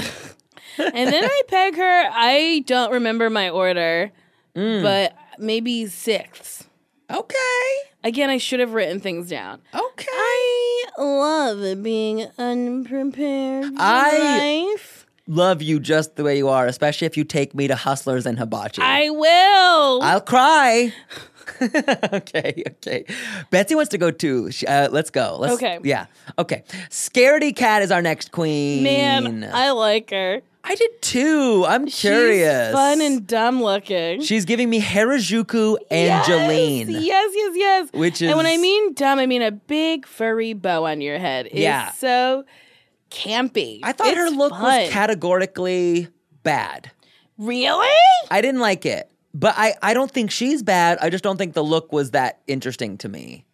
Speaker 3: and then I peg
Speaker 4: Mm.
Speaker 3: her. I don't remember my order, but maybe sixth.
Speaker 5: Okay.
Speaker 3: Again, I should have written things down.
Speaker 5: Okay.
Speaker 3: I love being unprepared for
Speaker 4: I-
Speaker 3: life.
Speaker 4: Love you just the way you are, especially if you take me to Hustlers and Hibachi.
Speaker 3: I will.
Speaker 4: I'll cry. okay, okay. Betsy wants to go too. She, uh, let's go. Let's,
Speaker 3: Okay.
Speaker 4: Yeah. Okay. Scaredy Cat is our next queen.
Speaker 3: Man, I like her.
Speaker 4: I did too. I'm curious.
Speaker 3: She's fun and dumb looking.
Speaker 4: She's giving me Harajuku Angeline.
Speaker 3: Yes, yes, yes, yes.
Speaker 4: Which
Speaker 3: and when I
Speaker 4: is-
Speaker 3: mean dumb, I mean a big furry bow on your head. It's
Speaker 4: Yeah.
Speaker 3: so campy.
Speaker 4: I thought
Speaker 3: It's
Speaker 4: her look
Speaker 3: fun.
Speaker 4: was categorically bad.
Speaker 3: really.
Speaker 4: I didn't like it. But I, I don't think she's bad. I just don't think the look was that interesting to me.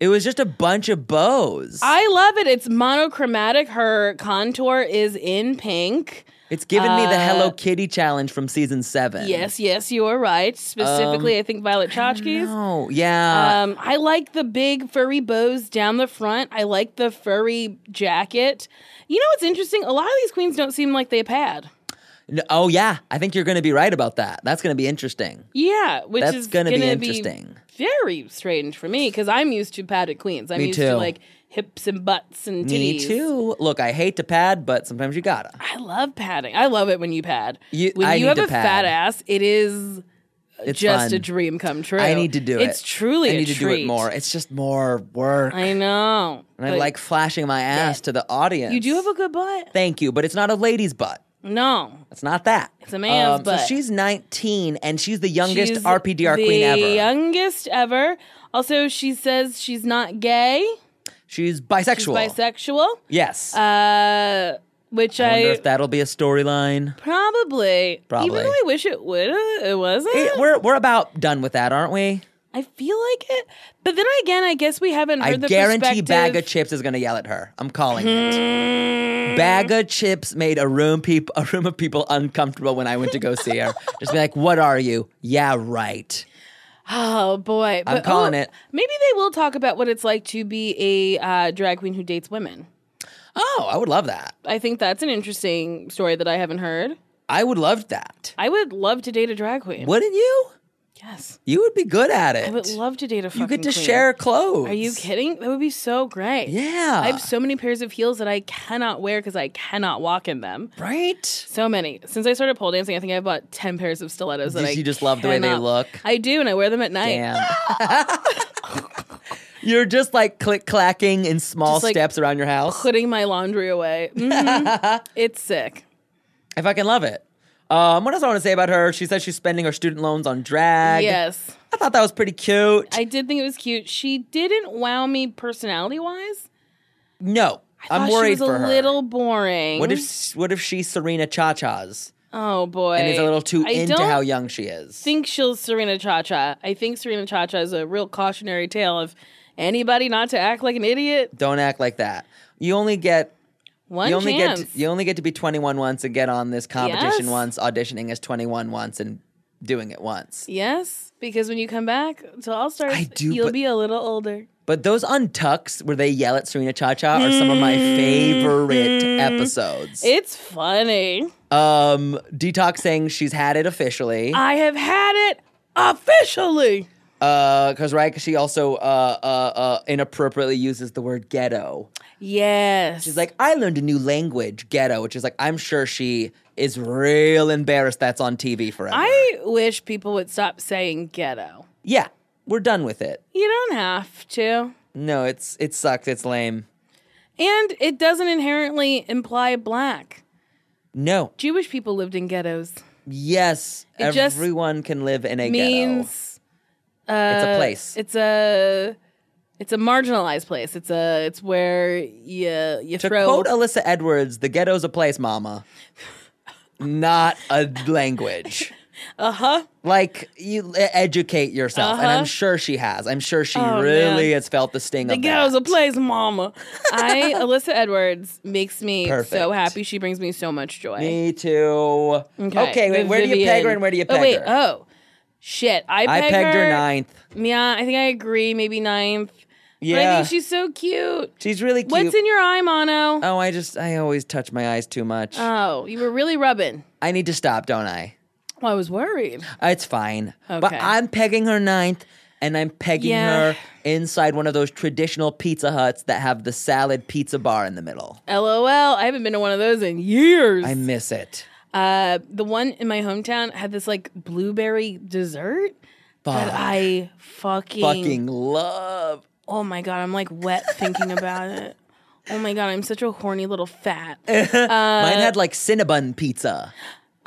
Speaker 4: It was just a bunch of bows.
Speaker 3: I love it. It's monochromatic. Her contour is in pink.
Speaker 4: it's giving me the
Speaker 3: Uh,
Speaker 4: Hello Kitty challenge from season seven.
Speaker 3: Yes, yes, you are right. Specifically,
Speaker 4: Um,
Speaker 3: I think Violet Chachki's.
Speaker 4: Oh, yeah.
Speaker 3: Um, I like the big furry bows down the front. I like the furry jacket. You know what's interesting? A lot of these queens don't seem like they've had. Um,
Speaker 4: N- oh, yeah. I think you're going to be right about that. That's going to be interesting.
Speaker 3: Yeah, which
Speaker 4: That's
Speaker 3: is
Speaker 4: gonna
Speaker 3: gonna,
Speaker 4: be
Speaker 3: be
Speaker 4: interesting.
Speaker 3: Very strange for me because I'm used to padded queens. I'm
Speaker 4: Me
Speaker 3: used
Speaker 4: too.
Speaker 3: to like hips and butts and titties.
Speaker 4: Me too. Look, I hate to pad, but sometimes you gotta.
Speaker 3: I love padding. I love it when you pad.
Speaker 4: You-
Speaker 3: when
Speaker 4: I
Speaker 3: you
Speaker 4: need
Speaker 3: have
Speaker 4: to
Speaker 3: a fat
Speaker 4: pad.
Speaker 3: ass, it is
Speaker 4: It's
Speaker 3: just a
Speaker 4: fun.
Speaker 3: dream come true.
Speaker 4: I need to do it.
Speaker 3: It's truly
Speaker 4: I
Speaker 3: a
Speaker 4: need to do
Speaker 3: treat.
Speaker 4: it more. It's just more work.
Speaker 3: I know.
Speaker 4: and I
Speaker 3: but
Speaker 4: like flashing my ass to the audience.
Speaker 3: You do have a good butt.
Speaker 4: Thank you, but it's not a lady's butt.
Speaker 3: No,
Speaker 4: It's not that. Um,
Speaker 3: It's a man's
Speaker 4: So
Speaker 3: butt.
Speaker 4: she's 19 and she's the youngest
Speaker 3: She's
Speaker 4: RPDR
Speaker 3: the
Speaker 4: queen ever.
Speaker 3: Youngest ever. Also, she says she's not gay.
Speaker 4: she's
Speaker 3: She's
Speaker 4: bisexual.
Speaker 3: bisexual.
Speaker 4: Yes.
Speaker 3: Uh, which
Speaker 4: I
Speaker 3: I,
Speaker 4: wonder if that'll be a storyline.
Speaker 3: probably,
Speaker 4: Probably.
Speaker 3: Even though I wish it would, uh, it wasn't.
Speaker 4: It- we're we're about done with that, aren't we?
Speaker 3: I feel like it, but then again, I guess we haven't heard
Speaker 4: I
Speaker 3: the
Speaker 4: guarantee Bag of
Speaker 3: perspective- Hmm.
Speaker 4: Chips is going to yell at her. I'm calling it. Bag of Chips made a room peop- a room of people uncomfortable when I went to go see her. Just be like, "What are you?" Yeah, right.
Speaker 3: Oh boy,
Speaker 4: I'm calling it.
Speaker 3: Maybe they will talk about what it's like to be a uh, drag queen who dates women.
Speaker 4: Oh, I would love that.
Speaker 3: I think that's an interesting story that I haven't heard.
Speaker 4: I would love that.
Speaker 3: I would love to date a drag queen.
Speaker 4: Wouldn't you?
Speaker 3: Yes,
Speaker 4: You would be good at it.
Speaker 3: I would love to date a. Fucking
Speaker 4: you get to
Speaker 3: queen.
Speaker 4: share clothes.
Speaker 3: Are you kidding? That would be so great.
Speaker 4: Yeah.
Speaker 3: I have so many pairs of heels that I cannot wear because I cannot walk in them.
Speaker 4: Right?
Speaker 3: So many. Since I started pole dancing, I think I have bought 10 pairs of stilettos that
Speaker 4: Did
Speaker 3: I
Speaker 4: you just love the way they
Speaker 3: cannot-
Speaker 4: look?
Speaker 3: I do, and I wear them at night.
Speaker 4: Damn. You're just like click clacking in small
Speaker 3: Just, like,
Speaker 4: steps around your house.
Speaker 3: Putting my laundry away. Mhm. it's sick.
Speaker 4: I fucking love it. Um, what else I want to say about her? She said she's spending her student loans on drag.
Speaker 3: Yes.
Speaker 4: I thought that was pretty cute.
Speaker 3: I did think it was cute. She didn't wow me personality wise.
Speaker 4: no, I am
Speaker 3: Thought
Speaker 4: worried
Speaker 3: she was
Speaker 4: for
Speaker 3: a
Speaker 4: her.
Speaker 3: little boring.
Speaker 4: what if what if she's Serena Cha Cha's
Speaker 3: Oh boy.
Speaker 4: and is a little too
Speaker 3: I
Speaker 4: into
Speaker 3: don't
Speaker 4: how young she is?
Speaker 3: think she'll Serena Cha Cha. I think Serena Cha Cha is a real cautionary tale of anybody not to act like an idiot.
Speaker 4: Don't act like that. You only get
Speaker 3: One
Speaker 4: you only
Speaker 3: chance.
Speaker 4: get you only get to be 21 once and get on this
Speaker 3: Yes.
Speaker 4: competition once, auditioning as 21 once and doing it once.
Speaker 3: yes, because when you come back to All
Speaker 4: I
Speaker 3: Stars,
Speaker 4: do,
Speaker 3: you'll
Speaker 4: but-
Speaker 3: be a little older.
Speaker 4: But those untucks where they yell at Serena Cha Cha are some of my favorite
Speaker 3: Mm-hmm.
Speaker 4: episodes.
Speaker 3: It's funny.
Speaker 4: Um, Detox saying she's had it officially.
Speaker 3: I have had it officially.
Speaker 4: Because Uh, right, she also uh, uh, uh, inappropriately uses the word ghetto.
Speaker 3: Yes.
Speaker 4: She's like, I learned a new language, ghetto, which is like, I'm sure she is real embarrassed that's on TV forever.
Speaker 3: I wish people would stop saying ghetto.
Speaker 4: yeah, we're done with it.
Speaker 3: You don't have to.
Speaker 4: No, it's it sucks. It's lame.
Speaker 3: And it doesn't inherently imply black.
Speaker 4: No.
Speaker 3: Jewish people lived in ghettos.
Speaker 4: Yes,
Speaker 3: It just
Speaker 4: everyone can live in a ghetto.
Speaker 3: Means
Speaker 4: It's a
Speaker 3: uh,
Speaker 4: place.
Speaker 3: It's a it's a marginalized place. It's a it's where you you
Speaker 4: To
Speaker 3: throw
Speaker 4: quote Alyssa Edwards, the ghetto's a place, mama. Not a language.
Speaker 3: Uh-huh.
Speaker 4: Uh huh. Like you e- educate yourself, and I'm sure she has. I'm sure she
Speaker 3: Oh,
Speaker 4: really
Speaker 3: man.
Speaker 4: has felt the sting
Speaker 3: The
Speaker 4: of
Speaker 3: ghetto's
Speaker 4: that.
Speaker 3: a place, mama. I, Alyssa Edwards, makes me so
Speaker 4: Perfect.
Speaker 3: happy. She brings me so much joy.
Speaker 4: Me too. Okay, wait,
Speaker 3: Viv-
Speaker 4: where do you peg her
Speaker 3: Vivian.
Speaker 4: and where do you
Speaker 3: oh,
Speaker 4: peg
Speaker 3: wait,
Speaker 4: her?
Speaker 3: Oh, shit. I,
Speaker 4: I
Speaker 3: peg
Speaker 4: pegged her ninth.
Speaker 3: Yeah, I think I agree. Maybe ninth. But I
Speaker 4: Yeah,
Speaker 3: think she's so cute.
Speaker 4: she's really cute.
Speaker 3: What's in your eye, Mono?
Speaker 4: oh, I just I always touch my eyes too much.
Speaker 3: oh, you were really rubbing.
Speaker 4: I need to stop, don't I?
Speaker 3: Well, I was worried.
Speaker 4: Uh, It's fine. But
Speaker 3: Okay.
Speaker 4: I'm pegging her ninth, and I'm pegging
Speaker 3: Yeah.
Speaker 4: her inside one of those traditional Pizza Huts that have the salad pizza bar in the middle.
Speaker 3: LOL. I haven't been to one of those in years.
Speaker 4: I miss it.
Speaker 3: uh, the one in my hometown had this like blueberry dessert that
Speaker 4: Fuck.
Speaker 3: I fucking,
Speaker 4: Fucking love.
Speaker 3: Oh my god, I'm like wet thinking about it. Oh my god, I'm such a horny little fat. uh,
Speaker 4: Mine had like Cinnabon pizza.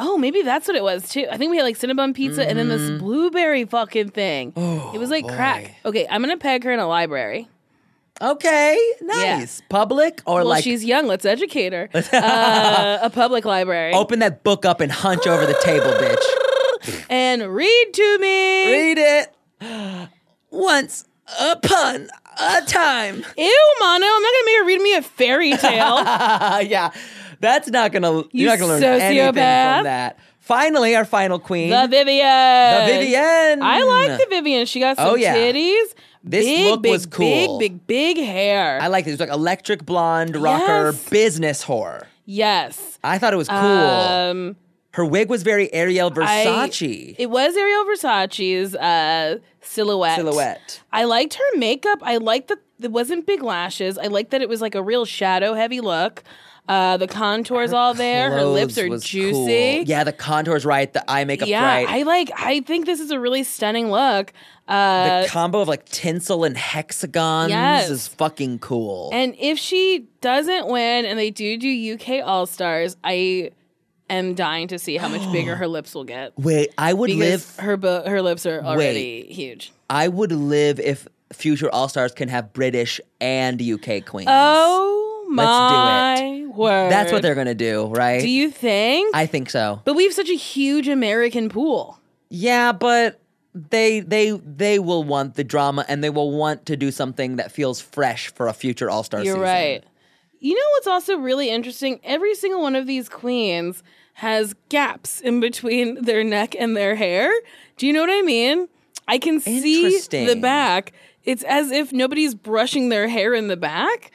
Speaker 3: Oh, maybe that's what it was too. I think we had like Cinnabon pizza and then
Speaker 4: Mm.
Speaker 3: this blueberry fucking thing.
Speaker 4: Oh,
Speaker 3: it was like crack. Okay, I'm gonna peg her in a library.
Speaker 4: Okay, nice. Public or
Speaker 3: Well,
Speaker 4: like
Speaker 3: she's young. Let's educate her. uh, a public library.
Speaker 4: open that book up and hunch over the table, bitch.
Speaker 3: And read to me.
Speaker 4: Read it. Once upon a time.
Speaker 3: Ew, Mono. I'm not gonna make her read me a fairy tale.
Speaker 4: Uh, yeah, that's not gonna.
Speaker 3: You
Speaker 4: You are not gonna learn anything from
Speaker 3: sociopath.
Speaker 4: that. Finally, our final queen,
Speaker 3: the Vivian.
Speaker 4: the Vivienne.
Speaker 3: I like the Vivian. She got some
Speaker 4: Oh, yeah.
Speaker 3: titties.
Speaker 4: This
Speaker 3: big,
Speaker 4: look
Speaker 3: big,
Speaker 4: was cool.
Speaker 3: Big, big, big hair.
Speaker 4: I like this. It was like electric blonde rocker
Speaker 3: Yes.
Speaker 4: business whore.
Speaker 3: yes.
Speaker 4: I thought it was cool.
Speaker 3: Um,
Speaker 4: Her wig was very Ariel
Speaker 3: I-
Speaker 4: Versace
Speaker 3: it was Ariel Versace's uh, silhouette.
Speaker 4: silhouette.
Speaker 3: I liked her makeup. I liked that it wasn't big lashes. I liked that it was like a real shadow heavy look. Uh, the contours all there. Her lips
Speaker 4: Clothes
Speaker 3: are
Speaker 4: was
Speaker 3: juicy.
Speaker 4: cool. Yeah, the contours right. The eye makeup
Speaker 3: Yeah,
Speaker 4: right.
Speaker 3: I like. I think this is a really stunning look. Uh,
Speaker 4: the combo of like tinsel and hexagons
Speaker 3: Yes.
Speaker 4: is fucking cool.
Speaker 3: and if she doesn't win, and they do do UK All Stars, I am dying to see how much bigger her lips will get
Speaker 4: Wait, I would
Speaker 3: because
Speaker 4: live
Speaker 3: her bo- her lips are already huge.
Speaker 4: I would live if future all stars can have British and UK queens.
Speaker 3: Oh my
Speaker 4: Let's do
Speaker 3: word!
Speaker 4: that's what they're gonna do, right?
Speaker 3: Do you think?
Speaker 4: I think so.
Speaker 3: but we have such a huge American pool.
Speaker 4: Yeah, but they they they will want the drama and they will want to do something that feels fresh for a future all star.
Speaker 3: You're
Speaker 4: season.
Speaker 3: right. You know what's also really interesting? Every single one of these queens has gaps in between their neck and their hair. Do you know what I mean? I can see the
Speaker 4: Interesting.
Speaker 3: back. It's as if nobody's brushing their hair in the back,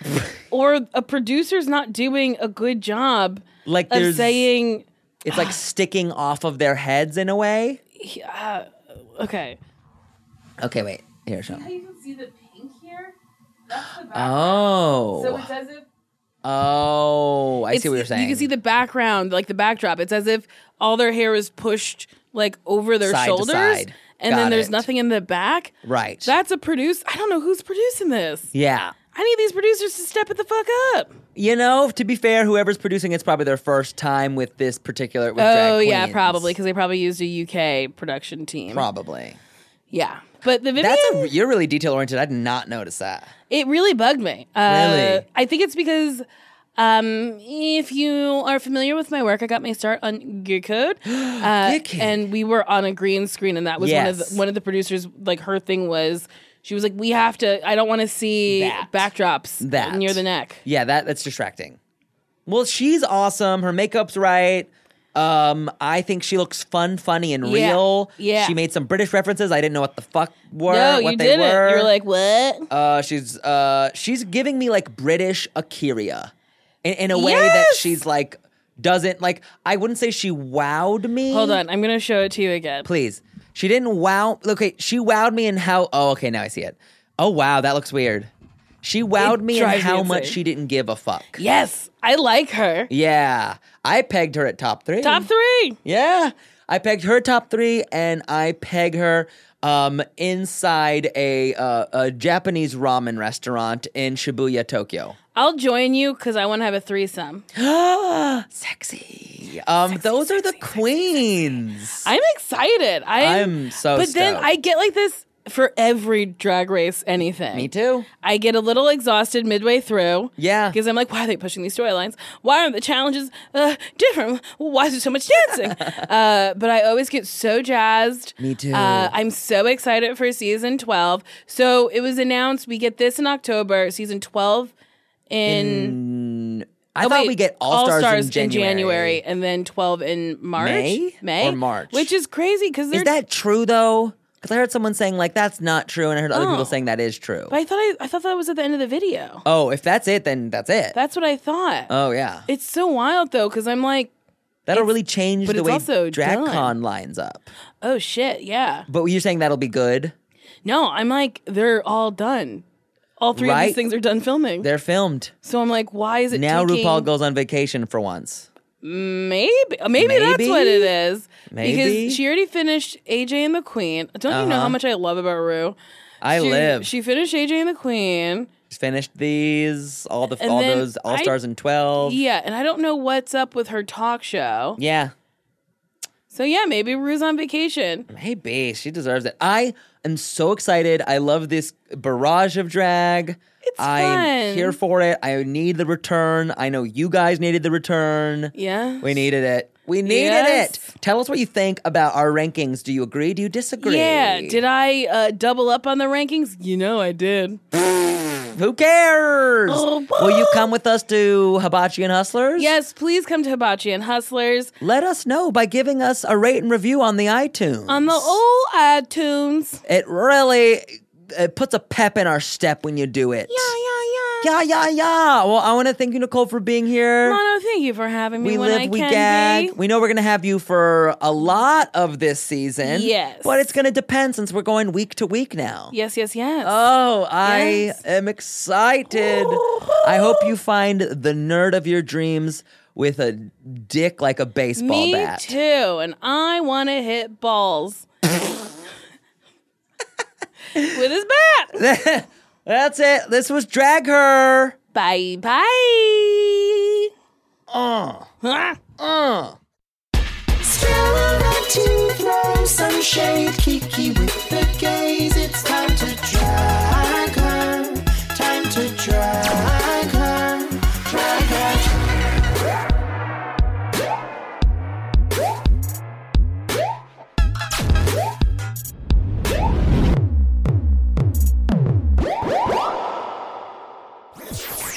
Speaker 3: or a producer's not doing a good job
Speaker 4: Like
Speaker 3: of
Speaker 4: there's
Speaker 3: saying,
Speaker 4: it's like sticking off of their heads in a way.
Speaker 3: uh, okay.
Speaker 4: Okay, wait. Here, show. me.
Speaker 3: You can see the pink here. That's the back. So
Speaker 4: Oh.
Speaker 3: it's as if
Speaker 4: Oh, I see
Speaker 3: It's-
Speaker 4: what you're saying.
Speaker 3: You can see the background, like the backdrop. It's as if all their hair is pushed like over their
Speaker 4: Side to
Speaker 3: shoulders,
Speaker 4: side.
Speaker 3: and
Speaker 4: Got
Speaker 3: then there's
Speaker 4: it.
Speaker 3: nothing in the back.
Speaker 4: Right.
Speaker 3: That's a produce. I don't know who's producing this.
Speaker 4: yeah.
Speaker 3: I need these producers to step it the fuck up.
Speaker 4: You know, to be fair, whoever's producing it's probably their first time with this particular. With drag
Speaker 3: oh yeah,
Speaker 4: queens.
Speaker 3: probably because they probably used a UK production team.
Speaker 4: Probably.
Speaker 3: Yeah, but the Vivian,
Speaker 4: That's a you're really detail oriented. I did not notice that.
Speaker 3: it really bugged me. Uh,
Speaker 4: Really?
Speaker 3: I think it's because. Um, if you are familiar with my work, I got my start on Gear Code, uh,
Speaker 4: Gear Code.
Speaker 3: and we were on a green screen, and that was one of
Speaker 4: Yes.
Speaker 3: the, one of the producers. Like her thing was, she was like, "We have to. I don't want to see
Speaker 4: That.
Speaker 3: backdrops
Speaker 4: That.
Speaker 3: near the neck."
Speaker 4: Yeah, that that's distracting. Well, she's awesome. Her makeup's right. Um, I think she looks fun, funny, and
Speaker 3: Yeah.
Speaker 4: real.
Speaker 3: Yeah.
Speaker 4: She made some British references. I didn't know what the fuck were
Speaker 3: no,
Speaker 4: what
Speaker 3: you
Speaker 4: they
Speaker 3: didn't.
Speaker 4: were.
Speaker 3: You were like, "What?"
Speaker 4: uh, she's uh, she's giving me like British Akira, in, in a way that
Speaker 3: Yes!
Speaker 4: she's like doesn't like. I wouldn't say she wowed me.
Speaker 3: Hold on, I'm gonna show it to you again.
Speaker 4: please. She didn't wow. Okay, she wowed me in how. Oh, okay, now I see it. Oh wow, that looks weird. She wowed me in
Speaker 3: drives me
Speaker 4: how much
Speaker 3: insane.
Speaker 4: she didn't give a fuck.
Speaker 3: Yes, I like her.
Speaker 4: Yeah, I pegged her at top three.
Speaker 3: Top three.
Speaker 4: Yeah, I pegged her top three, and I peg her um, inside a uh, a Japanese ramen restaurant in Shibuya, Tokyo.
Speaker 3: I'll join you because I want to have a threesome.
Speaker 4: Sexy. Um, those are the queens.
Speaker 3: I'm excited. I'm,
Speaker 4: I'm so
Speaker 3: But then
Speaker 4: stoked.
Speaker 3: I get like this for every drag race anything.
Speaker 4: Me too.
Speaker 3: I get a little exhausted midway through.
Speaker 4: Yeah.
Speaker 3: Because I'm like, why are they pushing these storylines? Why are the challenges uh, different? Why is there so much dancing? uh, but I always get so jazzed.
Speaker 4: Me too.
Speaker 3: Uh, I'm so excited for season 12. So it was announced we get this in October, season 12 in.
Speaker 4: I
Speaker 3: Oh,
Speaker 4: thought
Speaker 3: wait,
Speaker 4: we get all stars, in, January.
Speaker 3: January and then 12 in March.
Speaker 4: May?
Speaker 3: May?
Speaker 4: Or March.
Speaker 3: Which is crazy because
Speaker 4: Is
Speaker 3: there's
Speaker 4: that true though? Because I heard someone saying like that's not true, and I heard other
Speaker 3: Oh.
Speaker 4: people saying that is true.
Speaker 3: But I thought I, I thought that was at the end of the video.
Speaker 4: oh, if that's it, then that's it.
Speaker 3: That's what I thought.
Speaker 4: oh yeah,
Speaker 3: It's so wild though, because I'm like,
Speaker 4: that'll really change
Speaker 3: but
Speaker 4: the
Speaker 3: it's
Speaker 4: way
Speaker 3: also
Speaker 4: DragCon
Speaker 3: done.
Speaker 4: lines up.
Speaker 3: oh shit, yeah.
Speaker 4: But you're saying that'll be good?
Speaker 3: No, I'm like, they're all done. All three of
Speaker 4: Right.
Speaker 3: these things are done filming.
Speaker 4: They're filmed.
Speaker 3: so I'm like, why is it
Speaker 4: Now
Speaker 3: taking-
Speaker 4: RuPaul goes on vacation for once.
Speaker 3: Maybe, maybe that's
Speaker 4: Maybe?
Speaker 3: what it is.
Speaker 4: Maybe? Uh-huh.
Speaker 3: because she already finished AJ and the Queen. Don't you know how much I love about Rue?
Speaker 4: I
Speaker 3: she,
Speaker 4: live.
Speaker 3: She finished AJ and the Queen.
Speaker 4: She's finished these, all the
Speaker 3: And
Speaker 4: all
Speaker 3: then
Speaker 4: those
Speaker 3: I-
Speaker 4: all stars in twelve.
Speaker 3: Yeah, and I don't know what's up with her talk show.
Speaker 4: Oh. yeah.
Speaker 3: So yeah, maybe Rue's on vacation.
Speaker 4: Maybe she deserves it. I am so excited. I love this barrage of drag. It's
Speaker 3: fun.
Speaker 4: I'm here for it. I need the return. I know you guys needed the return.
Speaker 3: Yeah.
Speaker 4: We needed it. We needed
Speaker 3: Yes.
Speaker 4: it. Tell us what you think about our rankings. Do you agree? Do you disagree?
Speaker 3: Yeah, did I uh, double up on the rankings? You know I did.
Speaker 4: Who cares?
Speaker 3: Oh,
Speaker 4: Will you come with us to Hibachi and Hustlers?
Speaker 3: Yes, please come to Hibachi and Hustlers
Speaker 4: Let us know by giving us a rate and review on the iTunes.
Speaker 3: on the old iTunes.
Speaker 4: it really it puts a pep in our step when you do it.
Speaker 3: Yeah, yeah, yeah.
Speaker 4: Yeah, yeah, yeah. Well, I want to thank you, Nicole, for being here.
Speaker 3: Mono, thank you for having me
Speaker 4: we
Speaker 3: when
Speaker 4: live,
Speaker 3: I
Speaker 4: we
Speaker 3: can
Speaker 4: gag.
Speaker 3: be.
Speaker 4: We know we're going to have you for a lot of this season.
Speaker 3: Yes.
Speaker 4: But it's going to depend since we're going week to week now.
Speaker 3: Yes, yes, yes.
Speaker 4: Oh, I
Speaker 3: Yes.
Speaker 4: am excited. I hope you find the nerd of your dreams with a dick like a baseball
Speaker 3: Me
Speaker 4: bat.
Speaker 3: too, and I want to hit balls with his bat.
Speaker 4: That's it. This was Drag Her.
Speaker 3: Bye bye. Uh.
Speaker 2: Still around to throw some shade, Kiki with the gaze. It's time to drag her, time to drag her, drag her.